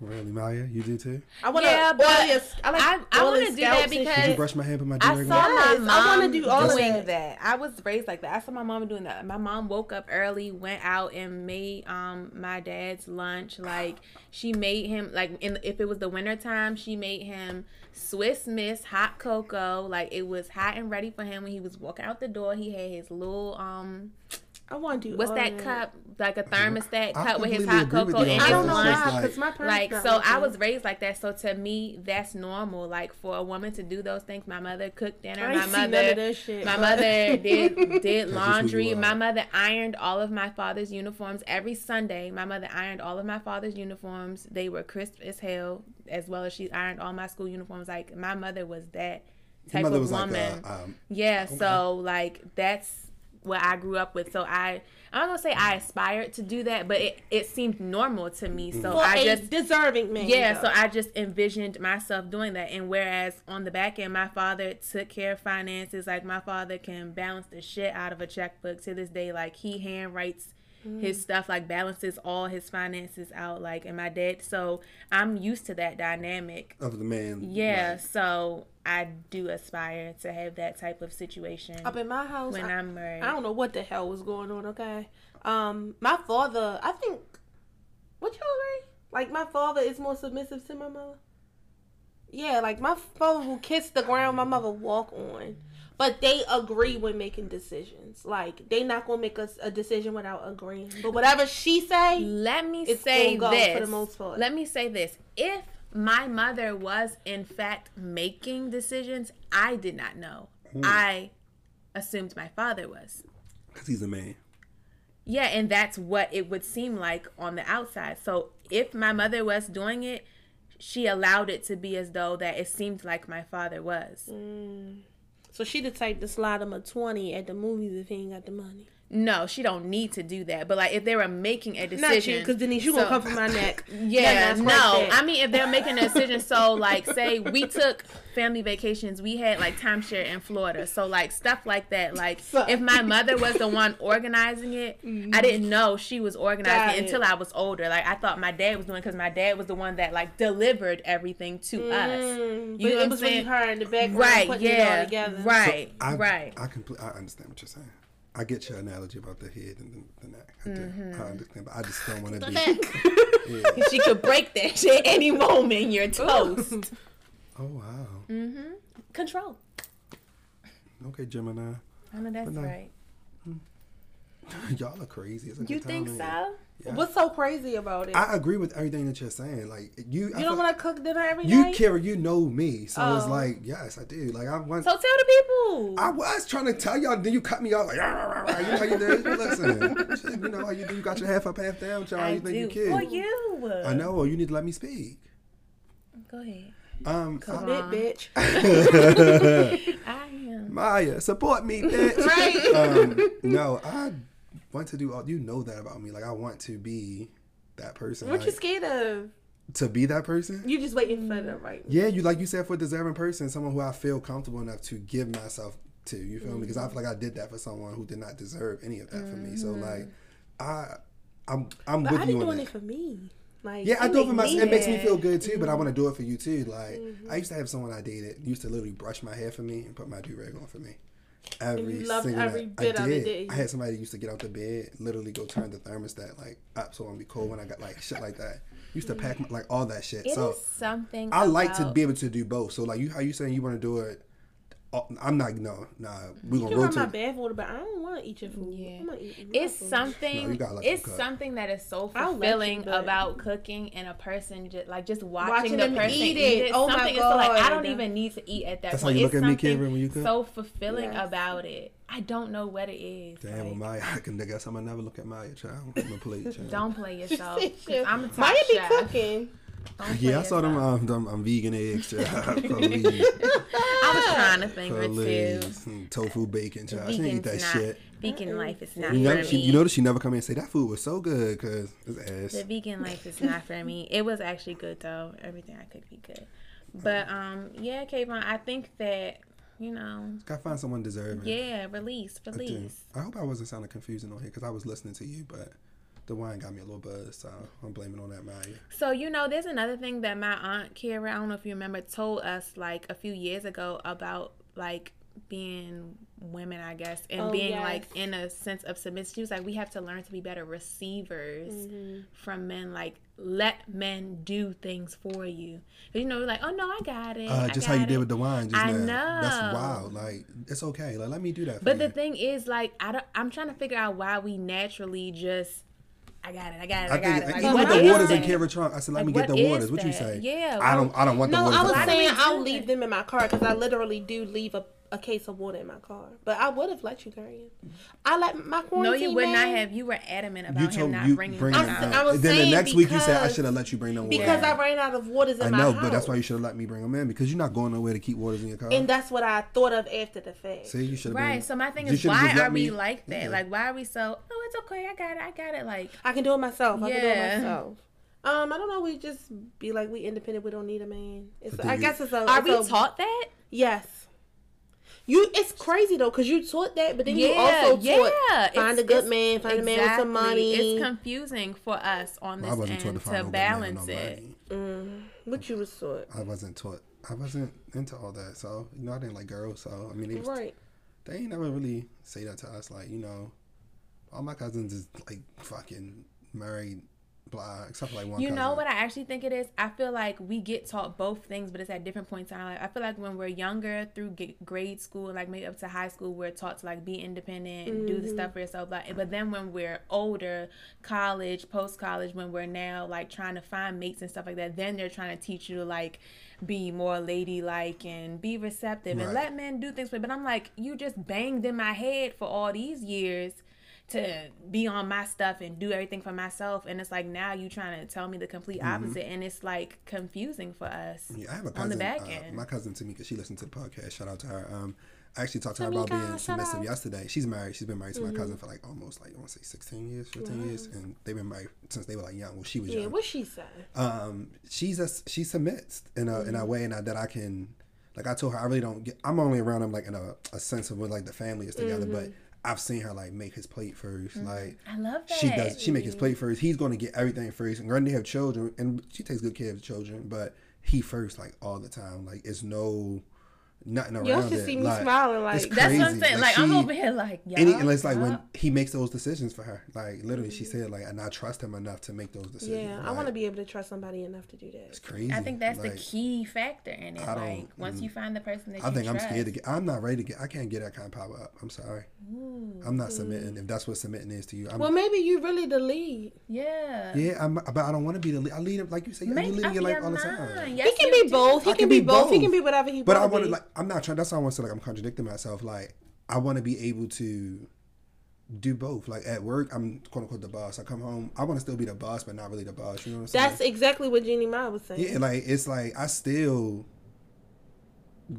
Speaker 3: Really, Maya? You do too?
Speaker 2: I want to
Speaker 1: Yeah,
Speaker 2: yeah,
Speaker 1: but
Speaker 2: oil your. I, like
Speaker 1: I- I
Speaker 2: oil
Speaker 1: wanna
Speaker 2: and
Speaker 1: do that
Speaker 2: scalps and
Speaker 1: because-
Speaker 3: Did you
Speaker 2: shit.
Speaker 3: brush my hand with my
Speaker 1: I
Speaker 3: dinner?
Speaker 1: saw
Speaker 2: Yes,
Speaker 1: my
Speaker 2: I
Speaker 1: mom
Speaker 2: wanna do all of
Speaker 1: doing
Speaker 2: that.
Speaker 1: I was raised like that. I saw my mom doing that. My mom woke up early, went out and made um my dad's lunch. Like she made him like in, if it was the winter time, she made him Swiss Miss hot cocoa. Like it was hot and ready for him when he was walking out the door. He had his little um
Speaker 2: I want to do.
Speaker 1: what's
Speaker 2: all
Speaker 1: that
Speaker 2: of
Speaker 1: cup like a thermostat
Speaker 3: I
Speaker 1: cup with his
Speaker 3: completely
Speaker 1: hot
Speaker 3: agree with
Speaker 1: cocoa and
Speaker 3: you on
Speaker 2: I
Speaker 1: his
Speaker 3: that.
Speaker 2: don't know
Speaker 3: It's
Speaker 1: lunch
Speaker 3: just
Speaker 2: why,
Speaker 3: like-
Speaker 2: because my parents
Speaker 1: like
Speaker 2: not
Speaker 1: so
Speaker 2: like
Speaker 1: i
Speaker 2: that.
Speaker 1: was raised like that so to me that's normal like for a woman to do those things my mother cooked dinner
Speaker 2: I
Speaker 1: my
Speaker 2: ain't seen none of
Speaker 1: mother
Speaker 2: that shit.
Speaker 1: my
Speaker 2: but-
Speaker 1: mother did did
Speaker 3: you
Speaker 1: laundry
Speaker 3: are.
Speaker 1: my mother ironed all of my father's uniforms every sunday my mother ironed all of my father's uniforms they were crisp as hell as well as she ironed all my school uniforms like my mother was that
Speaker 3: Your
Speaker 1: type
Speaker 3: mother
Speaker 1: of
Speaker 3: was
Speaker 1: woman
Speaker 3: like, uh, um,
Speaker 1: yeah, so like that's what I grew up with. So I I don't gonna say I aspired to do that, but it, it seemed normal to me. So
Speaker 2: For
Speaker 1: I
Speaker 2: a
Speaker 1: just
Speaker 2: deserving man.
Speaker 1: yeah, so
Speaker 2: though.
Speaker 1: I just envisioned myself doing that. And whereas on the back end, my father took care of finances. Like my father can balance the shit out of a checkbook to this day. Like he handwrites his stuff, like balances all his finances out. Like and my dad, so I'm used to that dynamic.
Speaker 3: of the man.
Speaker 1: Yeah,
Speaker 3: Like,
Speaker 1: so I do aspire to have that type of situation
Speaker 2: up in my house.
Speaker 1: when
Speaker 2: I-
Speaker 1: I'm married.
Speaker 2: I don't know what the hell was going on. Okay, um, my father. I think. Would you agree? Like my father is more submissive to my mother. Yeah, like my father who kissed the ground my mother walk on. But they agree when making decisions. Like they not gonna make us a decision without agreeing. But whatever she say,
Speaker 1: Let me
Speaker 2: It's
Speaker 1: say
Speaker 2: gonna go
Speaker 1: this.
Speaker 2: for the most part.
Speaker 1: Let me say this. If my mother was in fact making decisions, I did not know. I assumed my father was.
Speaker 3: because he's a man.
Speaker 1: Yeah, and that's what it would seem like on the outside. So if my mother was doing it, she allowed it to be as though that it seemed like my father was.
Speaker 2: Mm. so she the type to slide him a twenty at the movies if he ain't got the money.
Speaker 1: No, she don't need to do that. But like if they were making a decision,
Speaker 2: Not you, because Denise, you gonna
Speaker 1: so-
Speaker 2: come for my neck.
Speaker 1: Yeah,
Speaker 2: Nothing
Speaker 1: no.
Speaker 2: else worth that.
Speaker 1: I mean, if they're making a decision, so like, say we took family vacations, we had like timeshare in Florida, so like stuff like that. Like,
Speaker 2: Sorry.
Speaker 1: if my mother was the one organizing it, I didn't know she was
Speaker 2: Mm-hmm. Got
Speaker 1: organizing
Speaker 2: it.
Speaker 1: it until I was older. Like, I thought my dad was doing because my dad was the one that like delivered everything to us. You
Speaker 2: Mm, but
Speaker 1: know what
Speaker 2: it
Speaker 1: I'm
Speaker 2: was really
Speaker 1: saying?
Speaker 2: her in the background
Speaker 1: Right?
Speaker 2: putting it all
Speaker 1: Yeah.
Speaker 2: together.
Speaker 3: So
Speaker 1: Right.
Speaker 3: I,
Speaker 1: right.
Speaker 3: I complete. I understand what you're saying. I get your analogy about the head and the, the neck. I, do. I understand, but I just don't want to be. Yeah.
Speaker 1: she could break that shit any moment. You're toast.
Speaker 3: Oh wow.
Speaker 1: Mm. Mm-hmm. Control.
Speaker 3: Okay, Gemini.
Speaker 1: I know that's
Speaker 3: But no.
Speaker 1: right.
Speaker 3: Y'all are crazy. It's a
Speaker 1: You
Speaker 3: good time,
Speaker 1: think
Speaker 3: man.
Speaker 1: so?
Speaker 3: Yeah.
Speaker 2: What's so crazy about it?
Speaker 3: I agree with everything that you're saying. Like you, I
Speaker 2: you don't
Speaker 3: feel-
Speaker 2: want to cook dinner every
Speaker 3: you
Speaker 2: night.
Speaker 3: care. You know me, so it's
Speaker 2: Oh.
Speaker 3: like yes, I do. Like I want.
Speaker 1: So tell the people.
Speaker 3: I was trying to tell y'all, then you cut me off. Like, "Rah, rah, rah, rah." you know how you do. Listen, Shit, you know how you do. You got your half up, half down, child. you think you
Speaker 1: For
Speaker 3: kid?
Speaker 1: you.
Speaker 3: I know. You need to let me speak.
Speaker 1: Go ahead.
Speaker 3: Um,
Speaker 1: Come
Speaker 2: Bit,
Speaker 1: on.
Speaker 2: bitch.
Speaker 1: I am.
Speaker 3: Maya, support me, bitch.
Speaker 1: Right.
Speaker 3: um, no, I want to do all. You know that about me. Like I want to be that person.
Speaker 2: What you
Speaker 3: like,
Speaker 2: scared of?
Speaker 3: to be that person.
Speaker 2: You just waiting for
Speaker 3: Mm.
Speaker 2: the right.
Speaker 3: Yeah, you like you said for a deserving person, someone who I feel comfortable enough to give myself to. You feel me? Because
Speaker 2: Mm-hmm.
Speaker 3: I feel like I did that for someone who did not deserve any of that for me. So like, I, I'm
Speaker 2: Mm-hmm.
Speaker 3: I'm
Speaker 2: But
Speaker 3: with
Speaker 2: I
Speaker 3: you
Speaker 2: be
Speaker 3: on
Speaker 2: doing
Speaker 3: that.
Speaker 2: it for me. Like
Speaker 3: yeah, I do it for myself. It makes me
Speaker 1: mad.
Speaker 3: feel good too, but I want to do it for you too. Like
Speaker 2: Mm-hmm.
Speaker 3: I used to have someone I dated used to literally brush my hair for me and put my do rag on for me. Every
Speaker 2: you loved
Speaker 3: single
Speaker 2: every
Speaker 3: night.
Speaker 2: bit
Speaker 3: I
Speaker 2: of it,
Speaker 3: did.
Speaker 2: didn't
Speaker 3: I had somebody that used to get out the bed, literally go turn the thermostat like up so I'm be cold when I got like shit like that. Used to pack my,
Speaker 2: Mm-hmm.
Speaker 3: like all that shit.
Speaker 1: It is
Speaker 3: so
Speaker 1: something.
Speaker 3: I like to
Speaker 1: about-
Speaker 3: be able to do both. So like you, how you saying you want to do it? oh, I'm not. No, nah. We
Speaker 2: You
Speaker 3: gonna
Speaker 2: can run my
Speaker 3: rotate.
Speaker 2: bad water, but I don't want to eat your food.
Speaker 1: Yeah.
Speaker 2: I'm gonna eat my
Speaker 1: It's
Speaker 2: food.
Speaker 3: No, you
Speaker 1: something.
Speaker 3: gotta let
Speaker 1: it's
Speaker 3: them cook.
Speaker 1: something that is so
Speaker 2: I'll let you,
Speaker 1: fulfilling
Speaker 2: but-
Speaker 1: about cooking and a person just like just watching,
Speaker 2: Watching
Speaker 1: the
Speaker 2: them
Speaker 1: person
Speaker 2: eat it. Oh my
Speaker 1: something is so like I
Speaker 2: God.
Speaker 1: don't even need to eat at that
Speaker 3: That's how
Speaker 1: point.
Speaker 3: you look
Speaker 1: it's
Speaker 3: at me,
Speaker 1: something
Speaker 3: Karen, when you cook?
Speaker 1: so fulfilling
Speaker 2: Yes.
Speaker 1: about it. I don't know what it is.
Speaker 3: Damn, well,
Speaker 1: like,
Speaker 3: Maya, I can. I guess I'm gonna never look at Maya, child. I'm gonna play, child.
Speaker 1: don't play yourself.
Speaker 2: said
Speaker 1: 'cause
Speaker 2: chef.
Speaker 1: I'm a top
Speaker 2: Maya be
Speaker 1: chef.
Speaker 2: cooking.
Speaker 1: Don't play
Speaker 3: Yeah, I saw them.
Speaker 1: yourself.
Speaker 3: Um, them um, vegan eggs, child. Please, uh,
Speaker 1: I was trying to finger too.
Speaker 3: please. Mm, Tofu bacon, child. She ain't eat that
Speaker 1: Vegan's not,
Speaker 3: shit.
Speaker 1: Vegan life is not
Speaker 3: You know,
Speaker 1: for
Speaker 3: she,
Speaker 1: me.
Speaker 3: you notice she never come in and say that food was so good because it's
Speaker 1: the
Speaker 3: ass.
Speaker 1: vegan life is not for me. It was actually good though. Everything I could be good. But um yeah, Kayvon, I think that, you know,
Speaker 3: Gotta find someone deserving.
Speaker 1: yeah, release,
Speaker 3: I, do.
Speaker 1: release.
Speaker 3: I hope I wasn't sounding confusing on here because I was listening to you, but the wine got me a little buzz, so I'm blaming on that Maya.
Speaker 1: So, you know, there's another thing that my aunt Kara, I don't know if you remember, told us like a few years ago about like being women, I guess, and
Speaker 2: Oh,
Speaker 1: being
Speaker 2: yes.
Speaker 1: like in a sense of submission. She was like, we have to learn to be better receivers
Speaker 2: Mm-hmm.
Speaker 1: from men. Like, let men do things for you. 'Cause, you know, like, oh no, I got it.
Speaker 3: Uh,
Speaker 1: I
Speaker 3: just how you
Speaker 1: got
Speaker 3: did
Speaker 1: it."
Speaker 3: with the wine just
Speaker 1: I
Speaker 3: now. That's
Speaker 1: know.
Speaker 3: wild. Like it's okay. Like let me do that. For
Speaker 1: But
Speaker 3: you.
Speaker 1: the thing is, like, I don't, I'm trying to figure out why we naturally just, I got it, I got it, I,
Speaker 3: I
Speaker 1: got it.
Speaker 3: think and
Speaker 1: Like,
Speaker 3: even
Speaker 1: what
Speaker 3: with the
Speaker 1: is
Speaker 3: waters in
Speaker 1: that?
Speaker 3: Kara Trunk, I said, let
Speaker 1: Like,
Speaker 3: me get
Speaker 1: what
Speaker 3: the
Speaker 1: is
Speaker 3: waters. What you
Speaker 1: that?
Speaker 3: say?
Speaker 1: Yeah,
Speaker 3: I
Speaker 1: why-
Speaker 3: don't. I don't want the
Speaker 2: No,
Speaker 3: waters.
Speaker 2: I was
Speaker 3: in
Speaker 1: Why do
Speaker 3: my-
Speaker 1: we
Speaker 2: saying
Speaker 1: do
Speaker 2: I'll
Speaker 1: that?
Speaker 2: leave them in my car because I literally do leave a, a case of water in my car. But I would have let you carry it. I let my
Speaker 1: No,
Speaker 2: quarantine.
Speaker 1: you would not
Speaker 2: man,
Speaker 1: have. You were adamant about
Speaker 3: you
Speaker 1: him
Speaker 3: told
Speaker 1: not
Speaker 3: you
Speaker 1: bringing
Speaker 3: bring
Speaker 1: them
Speaker 3: them
Speaker 2: I'm
Speaker 1: out.
Speaker 2: s-
Speaker 3: out.
Speaker 2: I was
Speaker 3: then the
Speaker 2: saying
Speaker 3: next week you said I
Speaker 2: because-
Speaker 3: should have let you bring them
Speaker 2: because
Speaker 3: waters.
Speaker 2: I ran out of waters in
Speaker 3: I
Speaker 2: my
Speaker 3: know,
Speaker 2: house.
Speaker 3: but that's why you should have let me bring them in because you're not going nowhere to keep waters in your car.
Speaker 2: And that's what I thought of after the fact.
Speaker 3: See, you should have
Speaker 1: Right.
Speaker 3: Been,
Speaker 1: So my thing
Speaker 3: you
Speaker 1: is,
Speaker 3: should've
Speaker 1: why
Speaker 3: just let
Speaker 1: are we
Speaker 3: me-
Speaker 1: like that?
Speaker 3: Yeah.
Speaker 1: Like, why are we so? Oh, it's okay. I got it. I got it. Like,
Speaker 2: I can do it myself. I can do
Speaker 1: Yeah.
Speaker 2: it myself. Um, I don't know. We just be like we independent. We don't need a man. It's,
Speaker 3: But do
Speaker 2: I
Speaker 3: you-
Speaker 2: guess it's a.
Speaker 1: are
Speaker 2: it's
Speaker 1: we
Speaker 2: a-
Speaker 1: taught that?
Speaker 2: Yes. You. It's crazy though, cause you taught that, but then you also taught find
Speaker 1: it's-
Speaker 2: a good
Speaker 1: it's-
Speaker 2: man, find a man with some
Speaker 1: exactly.
Speaker 2: money.
Speaker 1: It's confusing for us on
Speaker 3: I
Speaker 1: this
Speaker 3: wasn't taught to
Speaker 1: end
Speaker 3: find
Speaker 1: to
Speaker 3: no good man with no
Speaker 1: balance it.
Speaker 3: money.
Speaker 2: what you was taught.
Speaker 3: I wasn't taught. I wasn't into all that. So you know, I didn't like girls. So I mean, they, was-
Speaker 2: Right.
Speaker 3: they ain't never really say that to us. Like you know, all my cousins is like fucking married blah, except for like one.
Speaker 1: You know
Speaker 3: cousin.
Speaker 1: what I actually think it is? I feel like we get taught both things, but it's at different points in our life. I feel like when we're younger, through g- grade school, like maybe up to high school, we're taught to like be independent and do the stuff for yourself. Like, but then when we're older, college, post college, when we're now like trying to find mates and stuff like that, then they're trying to teach you to like be more ladylike and be receptive and
Speaker 3: Right.
Speaker 1: let men do things. for you. But I'm like, you just banged in my head for all these years to be on my stuff and do everything for myself and it's like now you trying to tell me the complete opposite and it's like confusing for us
Speaker 3: Mm-hmm. Yeah, I have a cousin.
Speaker 1: on the back
Speaker 3: uh,
Speaker 1: end.
Speaker 3: my cousin Tamika, she listened to the podcast. Shout out to her. Um, I actually talked to her about
Speaker 1: Tamika,
Speaker 3: being
Speaker 1: shout
Speaker 3: submissive
Speaker 1: out. Mm-hmm.
Speaker 3: yesterday. She's married. She's been married to my cousin for like almost like I want to say sixteen years, fifteen years, and they've been married since they were like young. Well, she was
Speaker 2: Yeah,
Speaker 3: young.
Speaker 2: what she said.
Speaker 3: um, she's a she submits in a in
Speaker 1: Mm-hmm.
Speaker 3: a way and I, that I can like I told her I really don't get I'm only around them like in a, a sense of when like the family is together but
Speaker 1: Mm-hmm.
Speaker 3: I've seen her like make his plate 1st like
Speaker 1: I love that.
Speaker 3: she does she make his plate first he's going to get everything first and granted they have children and she takes good care of the children but he first like all the time like it's no nothing around
Speaker 2: Y'all should
Speaker 3: it
Speaker 2: see me
Speaker 3: like,
Speaker 2: smiling, like-
Speaker 3: it's
Speaker 1: That's what I'm
Speaker 3: crazy.
Speaker 1: saying. Like, I'm
Speaker 3: she-
Speaker 1: over here like yeah.
Speaker 3: and, he, and it's like when he makes those decisions for her, like literally, she said, like, and I trust him enough to make those decisions.
Speaker 2: Yeah, I
Speaker 3: Like,
Speaker 2: want to be able to trust somebody enough to do that.
Speaker 3: it's crazy.
Speaker 1: I think that's the
Speaker 3: Like,
Speaker 1: key factor in it.
Speaker 3: I don't- mm.
Speaker 1: Like once you find the person that
Speaker 3: I
Speaker 1: you
Speaker 3: think I'm
Speaker 1: trust,
Speaker 3: scared to get. I'm not ready to get. I can't get that kind of power up. I'm sorry. I'm not submitting. If that's what submitting is to you, I'm.
Speaker 2: Well, maybe you really the lead.
Speaker 1: yeah.
Speaker 3: yeah, I'm, but I don't want to be the. lead. I lead him like you say.
Speaker 1: Make
Speaker 3: you lead
Speaker 1: up
Speaker 3: your life
Speaker 1: your
Speaker 3: all the
Speaker 1: mind.
Speaker 3: time.
Speaker 1: Yes,
Speaker 2: he can
Speaker 1: you
Speaker 2: be
Speaker 1: do.
Speaker 2: both. He
Speaker 3: I
Speaker 2: can, be both. He can be whatever he
Speaker 3: But I
Speaker 2: wants.
Speaker 3: want to
Speaker 2: be.
Speaker 3: like. I'm not trying. That's why I want to say like I'm contradicting myself. Like I want to be able to do both. Like at work, I'm quote unquote the boss. I come home, I want to still be the boss, but not really the boss. You know what I'm saying?
Speaker 2: That's exactly what Jeannie Ma was saying.
Speaker 3: Yeah, like it's like I still,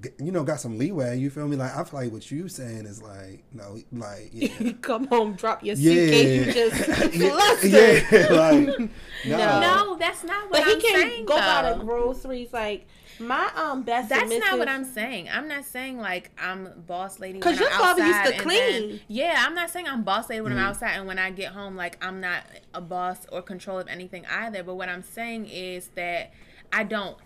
Speaker 3: g- you know, got some leeway. You feel me? Like I feel like what you saying is like no, like yeah,
Speaker 2: you come home, drop your
Speaker 3: yeah,
Speaker 2: suitcase, you just
Speaker 3: yeah,
Speaker 2: flustered.
Speaker 3: yeah, like no.
Speaker 1: No, that's not what
Speaker 2: But
Speaker 1: I'm
Speaker 2: he can
Speaker 1: saying.
Speaker 2: go buy
Speaker 1: though.
Speaker 2: the groceries. Like my um best.
Speaker 1: That's not what
Speaker 2: submissive-
Speaker 1: I'm saying. I'm not saying like I'm boss lady.
Speaker 2: 'Cause
Speaker 1: when
Speaker 2: your
Speaker 1: I'm
Speaker 2: father used
Speaker 1: outside
Speaker 2: to
Speaker 1: and then-
Speaker 2: clean. Mm-hmm.
Speaker 1: yeah, I'm not saying I'm boss lady when I'm outside and when I get home, like I'm not a boss or control of anything either. But what I'm saying is that I don't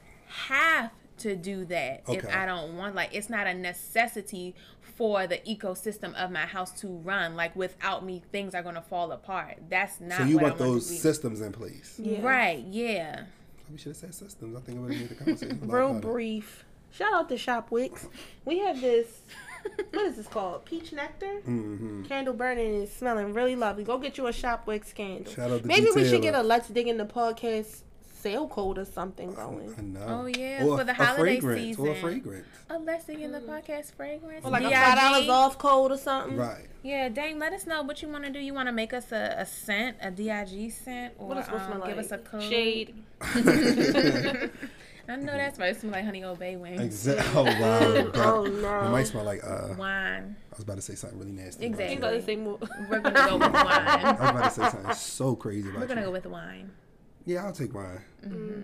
Speaker 1: have to do that if
Speaker 3: Okay.
Speaker 1: I don't want. Like it's not a necessity for the ecosystem of my house to run. Like without me, things are gonna fall apart. That's not.
Speaker 3: So you
Speaker 1: what
Speaker 3: want
Speaker 1: I want
Speaker 3: those
Speaker 1: to be.
Speaker 3: systems in place?
Speaker 2: Yeah.
Speaker 1: right? Yeah.
Speaker 3: We should have said systems. I think it would have made the conversation. a lot
Speaker 2: Real
Speaker 3: better.
Speaker 2: brief. Shout out to Shopwicks. We have this. What is this called? Peach nectar.
Speaker 3: Mhm.
Speaker 2: Candle burning and smelling really lovely. Go get you a Shopwicks candle.
Speaker 3: Shout out to
Speaker 2: Maybe we should
Speaker 3: Detailer.
Speaker 2: get a Let's Dig in the podcast sale code or something going.
Speaker 3: I know.
Speaker 1: Oh, yeah,
Speaker 3: Or
Speaker 1: for the
Speaker 3: a
Speaker 1: holiday
Speaker 3: fragrance, Or a
Speaker 1: season.
Speaker 3: fragrance,
Speaker 1: Unless they in the podcast fragrance,
Speaker 2: Or like a
Speaker 1: DIG.
Speaker 2: five dollars off code or something.
Speaker 1: Mm.
Speaker 3: right?
Speaker 1: Yeah, Dame, let us know what you want to do. You want to make us a, a scent, a DIG scent, or
Speaker 2: What is supposed to
Speaker 1: um,
Speaker 2: smell
Speaker 1: give us a
Speaker 2: like?
Speaker 1: code?
Speaker 2: Shade.
Speaker 1: I know that's right. It smells like honey old bay wings.
Speaker 3: exactly. Oh wow.
Speaker 2: Oh,
Speaker 3: God.
Speaker 2: no.
Speaker 3: It might smell like uh.
Speaker 1: Wine.
Speaker 3: I was about to say something really nasty. about
Speaker 1: Exactly.
Speaker 2: You
Speaker 3: you.
Speaker 2: gotta say more.
Speaker 1: We're gonna go with
Speaker 3: I
Speaker 1: wine.
Speaker 3: was about to say something so crazy about
Speaker 1: We're gonna
Speaker 3: you.
Speaker 1: go Mm-hmm. with wine.
Speaker 3: Yeah, I'll take mine.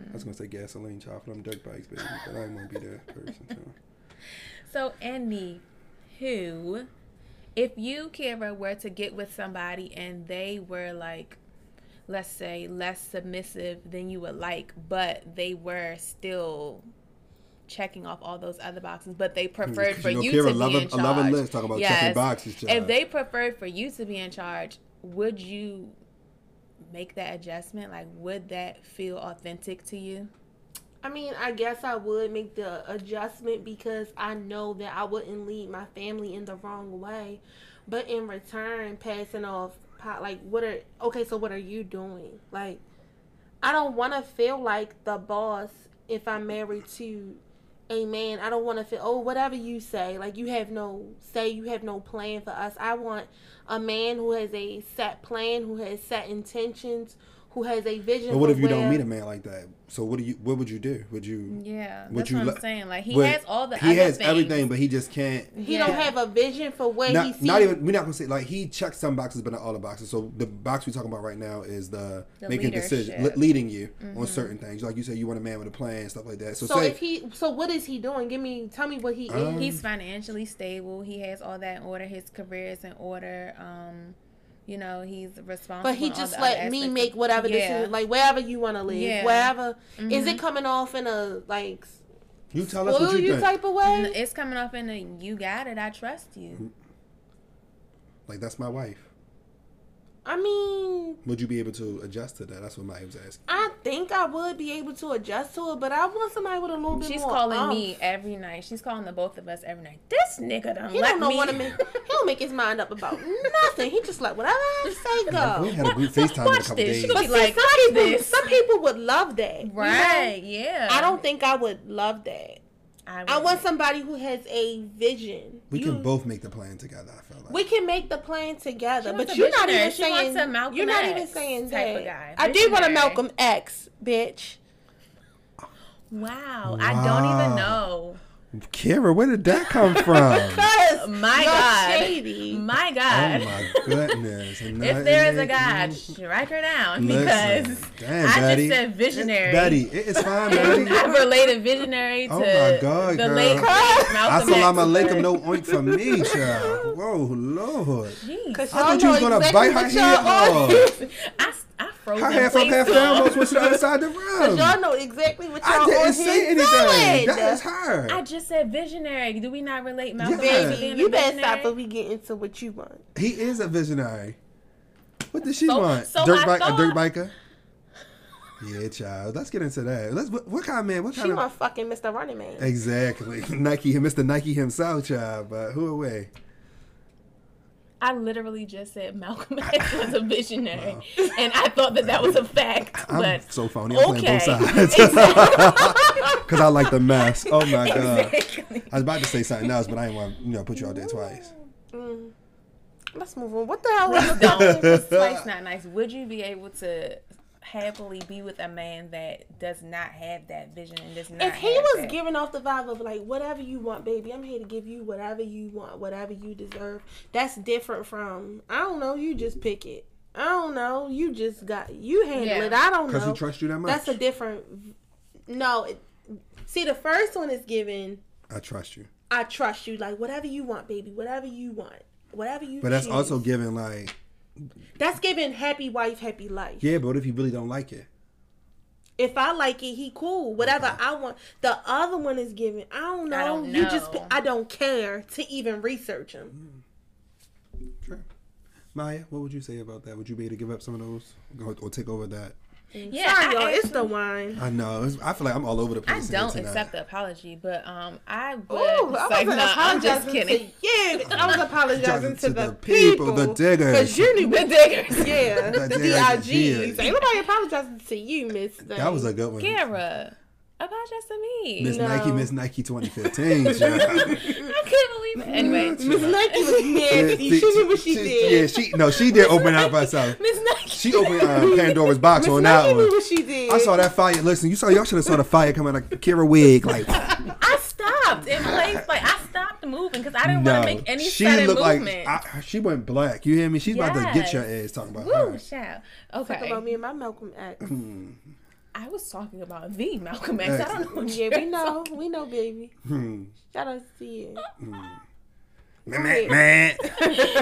Speaker 3: I was gonna say gasoline chop for them dirt bikes, baby, but I ain't wanna be that person. So.
Speaker 1: So, Annie, who, if you, Kira, were to get with somebody and they were like, let's say, less submissive than you would like, but they were still checking off all those other boxes, but they preferred
Speaker 3: 'Cause
Speaker 1: for
Speaker 3: you know
Speaker 1: you
Speaker 3: Kira
Speaker 1: to
Speaker 3: love
Speaker 1: be
Speaker 3: a-
Speaker 1: in
Speaker 3: I
Speaker 1: charge.
Speaker 3: love a list, talk about checking boxes,
Speaker 1: If
Speaker 3: child.
Speaker 1: they preferred for you to be in charge, would you make that adjustment? Like, would that feel authentic to you?
Speaker 2: I mean, I guess I would make the adjustment because I know that I wouldn't lead my family in the wrong way. But in return, passing off, po- like, what are, okay, so what are you doing? Like, I don't want to feel like the boss if I'm married to a man. I don't want to feel, oh, whatever you say, like, you have no say, you have no plan for us. I want a man who has a set plan, who has set intentions, who has a vision.
Speaker 3: But what
Speaker 2: for
Speaker 3: if you
Speaker 2: where-
Speaker 3: don't meet a man like that? So what do you? What would you do? Would you?
Speaker 1: Yeah,
Speaker 3: Would
Speaker 1: that's
Speaker 3: you
Speaker 1: what I'm
Speaker 3: let-
Speaker 1: saying. Like, he
Speaker 3: would-
Speaker 1: has all the
Speaker 3: He
Speaker 1: other
Speaker 3: has
Speaker 1: things.
Speaker 3: everything, but he just can't.
Speaker 2: He don't
Speaker 1: Yeah.
Speaker 2: have a vision for where he
Speaker 3: Not,
Speaker 2: sees.
Speaker 3: not even we're not gonna say like he checks some boxes, but not all the boxes. So the box we're talking about right now is the,
Speaker 1: The
Speaker 3: making decisions,
Speaker 1: leadership. Mm-hmm.
Speaker 3: leading you on certain things. Like you said, you want a man with a plan, stuff like that. So,
Speaker 2: so
Speaker 3: say
Speaker 2: if he, so what is he doing? Give me, tell me what he
Speaker 3: Um,
Speaker 2: is.
Speaker 1: he's financially stable. He has all that in order. His career is in order. Um, you know, he's responsible.
Speaker 2: But he
Speaker 1: in all
Speaker 2: just
Speaker 1: the other
Speaker 2: let me
Speaker 1: aspects
Speaker 2: make
Speaker 1: of-
Speaker 2: whatever
Speaker 1: yeah. Mm-hmm.
Speaker 2: decision, like wherever you want to live,
Speaker 1: Yeah.
Speaker 2: wherever. Is it coming off in a like
Speaker 3: you tell us what
Speaker 2: spoil
Speaker 3: you,
Speaker 2: you
Speaker 3: think,
Speaker 2: type of
Speaker 1: N-
Speaker 2: way?
Speaker 1: it's coming off in a you got it. I trust you.
Speaker 3: like that's my wife.
Speaker 1: I mean,
Speaker 3: Would you be able to adjust to that? That's what Maya was asking.
Speaker 2: I think I would be able to adjust to it, but I want somebody with a little bit
Speaker 1: she's
Speaker 2: more.
Speaker 1: calling
Speaker 2: umph.
Speaker 1: me every night. She's calling the both of us every night. This nigga done
Speaker 2: He
Speaker 1: let
Speaker 2: don't know
Speaker 1: me.
Speaker 2: what to make. He don't make his mind up about nothing. He just like whatever I say
Speaker 3: We
Speaker 2: go.
Speaker 3: had a group FaceTime in a
Speaker 1: Watch
Speaker 3: couple
Speaker 1: this.
Speaker 3: days.
Speaker 1: She gonna be
Speaker 2: But see,
Speaker 1: like,
Speaker 2: some people,
Speaker 1: this.
Speaker 2: some people would love that. you know?
Speaker 1: Right? Yeah.
Speaker 2: I don't think I would love that. I
Speaker 1: would-
Speaker 2: want somebody who has a vision.
Speaker 3: we
Speaker 2: You-
Speaker 3: can both make the plan together. I feel like
Speaker 2: We can make the plan together,
Speaker 1: She wants
Speaker 2: but
Speaker 1: a
Speaker 2: you're not
Speaker 1: visionary.
Speaker 2: even
Speaker 1: She wants
Speaker 2: saying
Speaker 1: a Malcolm
Speaker 2: you're not
Speaker 1: X
Speaker 2: even saying
Speaker 1: type
Speaker 2: that.
Speaker 1: of guy.
Speaker 2: I do want a
Speaker 1: Visionary.
Speaker 2: Malcolm X, bitch.
Speaker 1: Wow, I don't even
Speaker 3: Wow.
Speaker 1: know.
Speaker 3: Kira, where did that come from?
Speaker 2: Cause
Speaker 1: My
Speaker 2: you're
Speaker 1: God.
Speaker 2: shady.
Speaker 1: My
Speaker 3: oh
Speaker 1: God.
Speaker 3: my goodness! And
Speaker 1: if
Speaker 3: not
Speaker 1: there is
Speaker 3: in
Speaker 1: a
Speaker 3: that
Speaker 1: God,
Speaker 3: group.
Speaker 1: strike her down
Speaker 3: Listen,
Speaker 1: because
Speaker 3: damn,
Speaker 1: I
Speaker 3: Betty.
Speaker 1: just said visionary.
Speaker 3: Betty, it- it's fine, Betty.
Speaker 1: I related visionary to
Speaker 3: Oh my God,
Speaker 1: the
Speaker 3: girl.
Speaker 1: late Malcolm
Speaker 3: Assalamu
Speaker 1: X,
Speaker 3: alaikum,
Speaker 1: but-
Speaker 3: no oink for me, child. Whoa, Lord.
Speaker 1: Jeez.
Speaker 3: I thought you was gonna bite her head off.
Speaker 1: I, I froze
Speaker 3: Her
Speaker 1: in
Speaker 3: half up,
Speaker 1: place,
Speaker 3: half
Speaker 1: y'all.
Speaker 3: down, almost went to the other side of the
Speaker 2: Cause y'all
Speaker 3: room.
Speaker 2: know exactly what y'all
Speaker 3: I
Speaker 2: on
Speaker 3: didn't
Speaker 2: here
Speaker 3: say anything.
Speaker 2: doing.
Speaker 3: That is her.
Speaker 1: I just said visionary. Do we not relate Malcolm X to
Speaker 3: Yeah.
Speaker 1: being
Speaker 2: Baby, you
Speaker 1: a
Speaker 2: better
Speaker 1: visionary?
Speaker 2: stop before we get into what you want.
Speaker 3: He is a visionary. What does she
Speaker 1: So-
Speaker 3: want?
Speaker 1: so
Speaker 3: dirt
Speaker 1: I
Speaker 3: bike, a
Speaker 1: thought-
Speaker 3: dirt biker. Yeah, child. Let's get into that. Let's. What, what kind of man? What
Speaker 2: She
Speaker 3: kind of?
Speaker 2: want fucking Mr. Running Man.
Speaker 3: Exactly, Nike, Mr. Nike himself, child. But who away?
Speaker 1: I literally just said Malcolm X was a visionary, and I thought that that was a fact.
Speaker 3: I'm
Speaker 1: but
Speaker 3: so phony. I'm playing both
Speaker 1: okay.
Speaker 3: sides because I like the mess. Oh my god!
Speaker 1: exactly.
Speaker 3: I was about to say something else, but I didn't want you know put you out there twice.
Speaker 2: Mm. Let's move on. What the hell
Speaker 1: That's
Speaker 2: was the
Speaker 1: not-
Speaker 2: question?
Speaker 1: that's twice not nice. Would you be able to happily be with a man that does not have that vision and does not?
Speaker 2: If he
Speaker 1: have
Speaker 2: was
Speaker 1: that?
Speaker 2: giving off the vibe of like whatever you want, baby, I'm here to give you whatever you want, whatever you deserve. That's different from I don't know. You just pick it. I don't know. You just got you handle
Speaker 1: Yeah.
Speaker 2: it. I don't
Speaker 3: Because
Speaker 2: know.
Speaker 3: he trusts you that much.
Speaker 2: That's a different. No, it, see the first one is given.
Speaker 3: I trust you,
Speaker 2: I trust you. Like whatever you want, baby. Whatever you want. Whatever you.
Speaker 3: but that's
Speaker 2: choose.
Speaker 3: also giving like
Speaker 2: that's giving happy wife, happy life.
Speaker 3: yeah. But what if you really don't like it?
Speaker 2: If I like it, he cool. Whatever
Speaker 3: Okay.
Speaker 2: I want. The other one is given. I don't know.
Speaker 1: I don't
Speaker 2: You just
Speaker 1: know.
Speaker 2: I don't care to even research him.
Speaker 3: Sure. Maya, what would you say about that? Would you be able to give up some of those or, or take over that?
Speaker 1: yeah,
Speaker 2: Sorry,
Speaker 1: I
Speaker 2: y'all. It's the
Speaker 1: actually-
Speaker 2: wine.
Speaker 3: I know. It's, I feel like I'm all over the
Speaker 1: I
Speaker 3: place.
Speaker 1: don't
Speaker 3: tonight.
Speaker 1: accept the apology, but um, I would.
Speaker 2: Ooh,
Speaker 1: it's
Speaker 2: I
Speaker 1: like,
Speaker 2: wasn't
Speaker 1: nah, I'm just
Speaker 2: apologizing
Speaker 1: kidding.
Speaker 2: to you. I was apologizing to, the, people,
Speaker 3: the diggers.
Speaker 2: Cause you knew
Speaker 1: The diggers.
Speaker 2: Yeah, the,
Speaker 3: The diggers,
Speaker 2: DIGs.
Speaker 3: yeah.
Speaker 2: Ain't nobody apologizing to you, Miss.
Speaker 3: That was a good one.
Speaker 1: Kara, apologize to me.
Speaker 3: Miss
Speaker 2: No.
Speaker 3: Nike, Miss Nike 2015. child.
Speaker 1: I couldn't believe it. Anyway,
Speaker 2: Miss Nike was nasty. she knew what she, did.
Speaker 3: Yeah, she no, she did open up herself.
Speaker 1: Miss Nike.
Speaker 3: She opened uh, Pandora's box
Speaker 2: Miss
Speaker 3: on
Speaker 2: Nike
Speaker 3: that
Speaker 2: knew
Speaker 3: one.
Speaker 2: what she did.
Speaker 3: I saw that fire. Listen, you saw y'all should have saw the fire coming out of Kira wig. Like
Speaker 1: I stopped in place. Like I stopped moving because I didn't
Speaker 3: no,
Speaker 1: want to make any
Speaker 3: she
Speaker 1: sudden
Speaker 3: looked
Speaker 1: movement.
Speaker 3: like I, she went black. You hear me? She's about to get
Speaker 1: Yes.
Speaker 3: your ass talking about
Speaker 1: Woo,
Speaker 3: her.
Speaker 1: child. Okay,
Speaker 2: about me and my Malcolm X.
Speaker 1: I was talking about the Malcolm X. I don't know. What
Speaker 2: Yeah,
Speaker 1: you're
Speaker 2: we know, we know, baby.
Speaker 3: Hmm.
Speaker 2: That I see it.
Speaker 3: Man, man,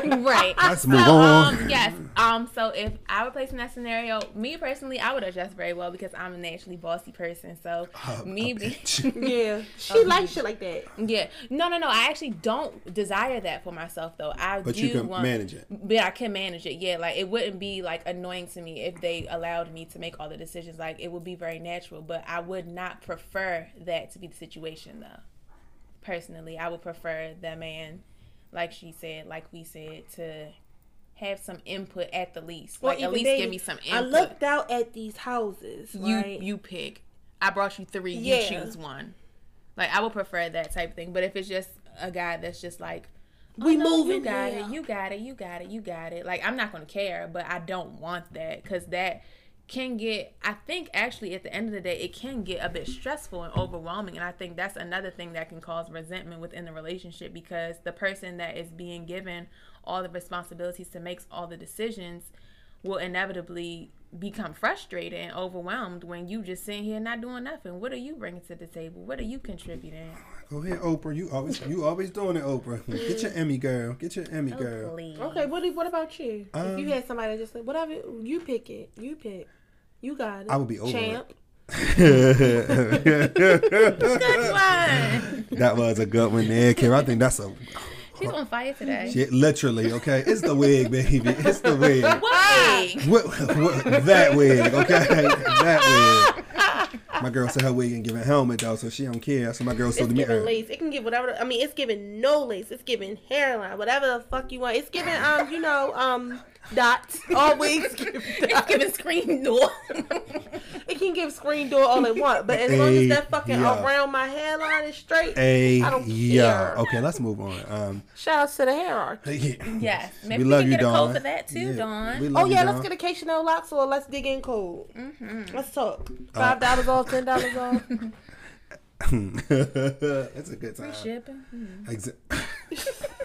Speaker 3: man.
Speaker 1: right.
Speaker 3: Let's
Speaker 1: so,
Speaker 3: move on.
Speaker 1: Um, yes. Um. So if I were placed in that scenario, me personally, I would adjust very well because I'm a naturally bossy person. So
Speaker 3: Oh,
Speaker 1: me,
Speaker 3: a
Speaker 1: be-
Speaker 3: bitch.
Speaker 2: Yeah, she likes shit like that.
Speaker 1: yeah. No, no, no. I actually don't desire that for myself though. I
Speaker 3: But
Speaker 1: do
Speaker 3: you can
Speaker 1: want,
Speaker 3: manage it.
Speaker 1: But I can manage it. Yeah. Like it wouldn't be like annoying to me if they allowed me to make all the decisions. Like it would be very natural. But I would not prefer that to be the situation though. Personally, I would prefer the man, like she said, like we said, to have some input at the least.
Speaker 2: Well,
Speaker 1: like at
Speaker 2: even
Speaker 1: least
Speaker 2: they-
Speaker 1: give me some input.
Speaker 2: I looked out at these houses.
Speaker 1: you
Speaker 2: right?
Speaker 1: you pick. I brought you three.
Speaker 2: Yeah.
Speaker 1: You choose one. Like I would prefer that type of thing. But if it's just a guy that's just like, oh,
Speaker 2: We
Speaker 1: no, You
Speaker 2: moving
Speaker 1: got
Speaker 2: now.
Speaker 1: it. You got it. You got it. You got it. Like I'm not gonna care, but I don't want that because that can get. I think actually at the end of the day, it can get a bit stressful and overwhelming. And I think that's another thing that can cause resentment within the relationship because the person that is being given all the responsibilities to make all the decisions will inevitably become frustrated and overwhelmed when you just sitting here not doing nothing. What are you bringing to the table? What are you contributing?
Speaker 3: Go ahead, Oprah. You always you always doing it, Oprah. Get your Emmy girl. Get your Emmy girl.
Speaker 1: Please.
Speaker 2: Okay, what what about you? if you
Speaker 3: Um,
Speaker 2: had somebody just like whatever, you pick it. You pick. You got it.
Speaker 3: I would be over it.
Speaker 2: champ.
Speaker 3: that
Speaker 1: Good one.
Speaker 3: was a good one there, Kira. I think that's a
Speaker 1: She's on fire today.
Speaker 3: Shit, literally, okay? It's the wig, baby. It's the wig.
Speaker 1: What?
Speaker 3: What, what, that wig, okay? That wig. My girl said her wig ain't giving helmet, though, so she don't care. That's what my girl sold
Speaker 2: It's
Speaker 3: to me. uh,
Speaker 2: giving
Speaker 3: earlier.
Speaker 2: lace. It can give whatever. the- I mean, it's giving no lace. It's giving hairline, whatever the fuck you want. It's giving um, you know, um, dots. Always give
Speaker 1: It's
Speaker 2: dots.
Speaker 1: giving screen door.
Speaker 2: It can give screen door all it want, but as long as that
Speaker 3: Ay,
Speaker 2: fucking
Speaker 3: yeah.
Speaker 2: around my hairline is straight.
Speaker 3: Hey,
Speaker 2: I don't
Speaker 3: yeah.
Speaker 2: care.
Speaker 3: Okay, let's move on. Um,
Speaker 2: Shout out to the hierarchy.
Speaker 3: yeah.
Speaker 1: yes. Maybe
Speaker 3: we
Speaker 1: we,
Speaker 3: love
Speaker 1: can
Speaker 3: you,
Speaker 1: get a
Speaker 3: Dawn.
Speaker 1: code for that too,
Speaker 3: Yeah, we
Speaker 1: Dawn.
Speaker 3: love
Speaker 2: Oh
Speaker 3: you,
Speaker 2: yeah,
Speaker 3: Dawn.
Speaker 2: let's get a Chanel locks or let's dig in cold. Let's talk. Five dollars off, ten dollars off.
Speaker 3: That's a good time.
Speaker 1: Shipping.
Speaker 3: Exa-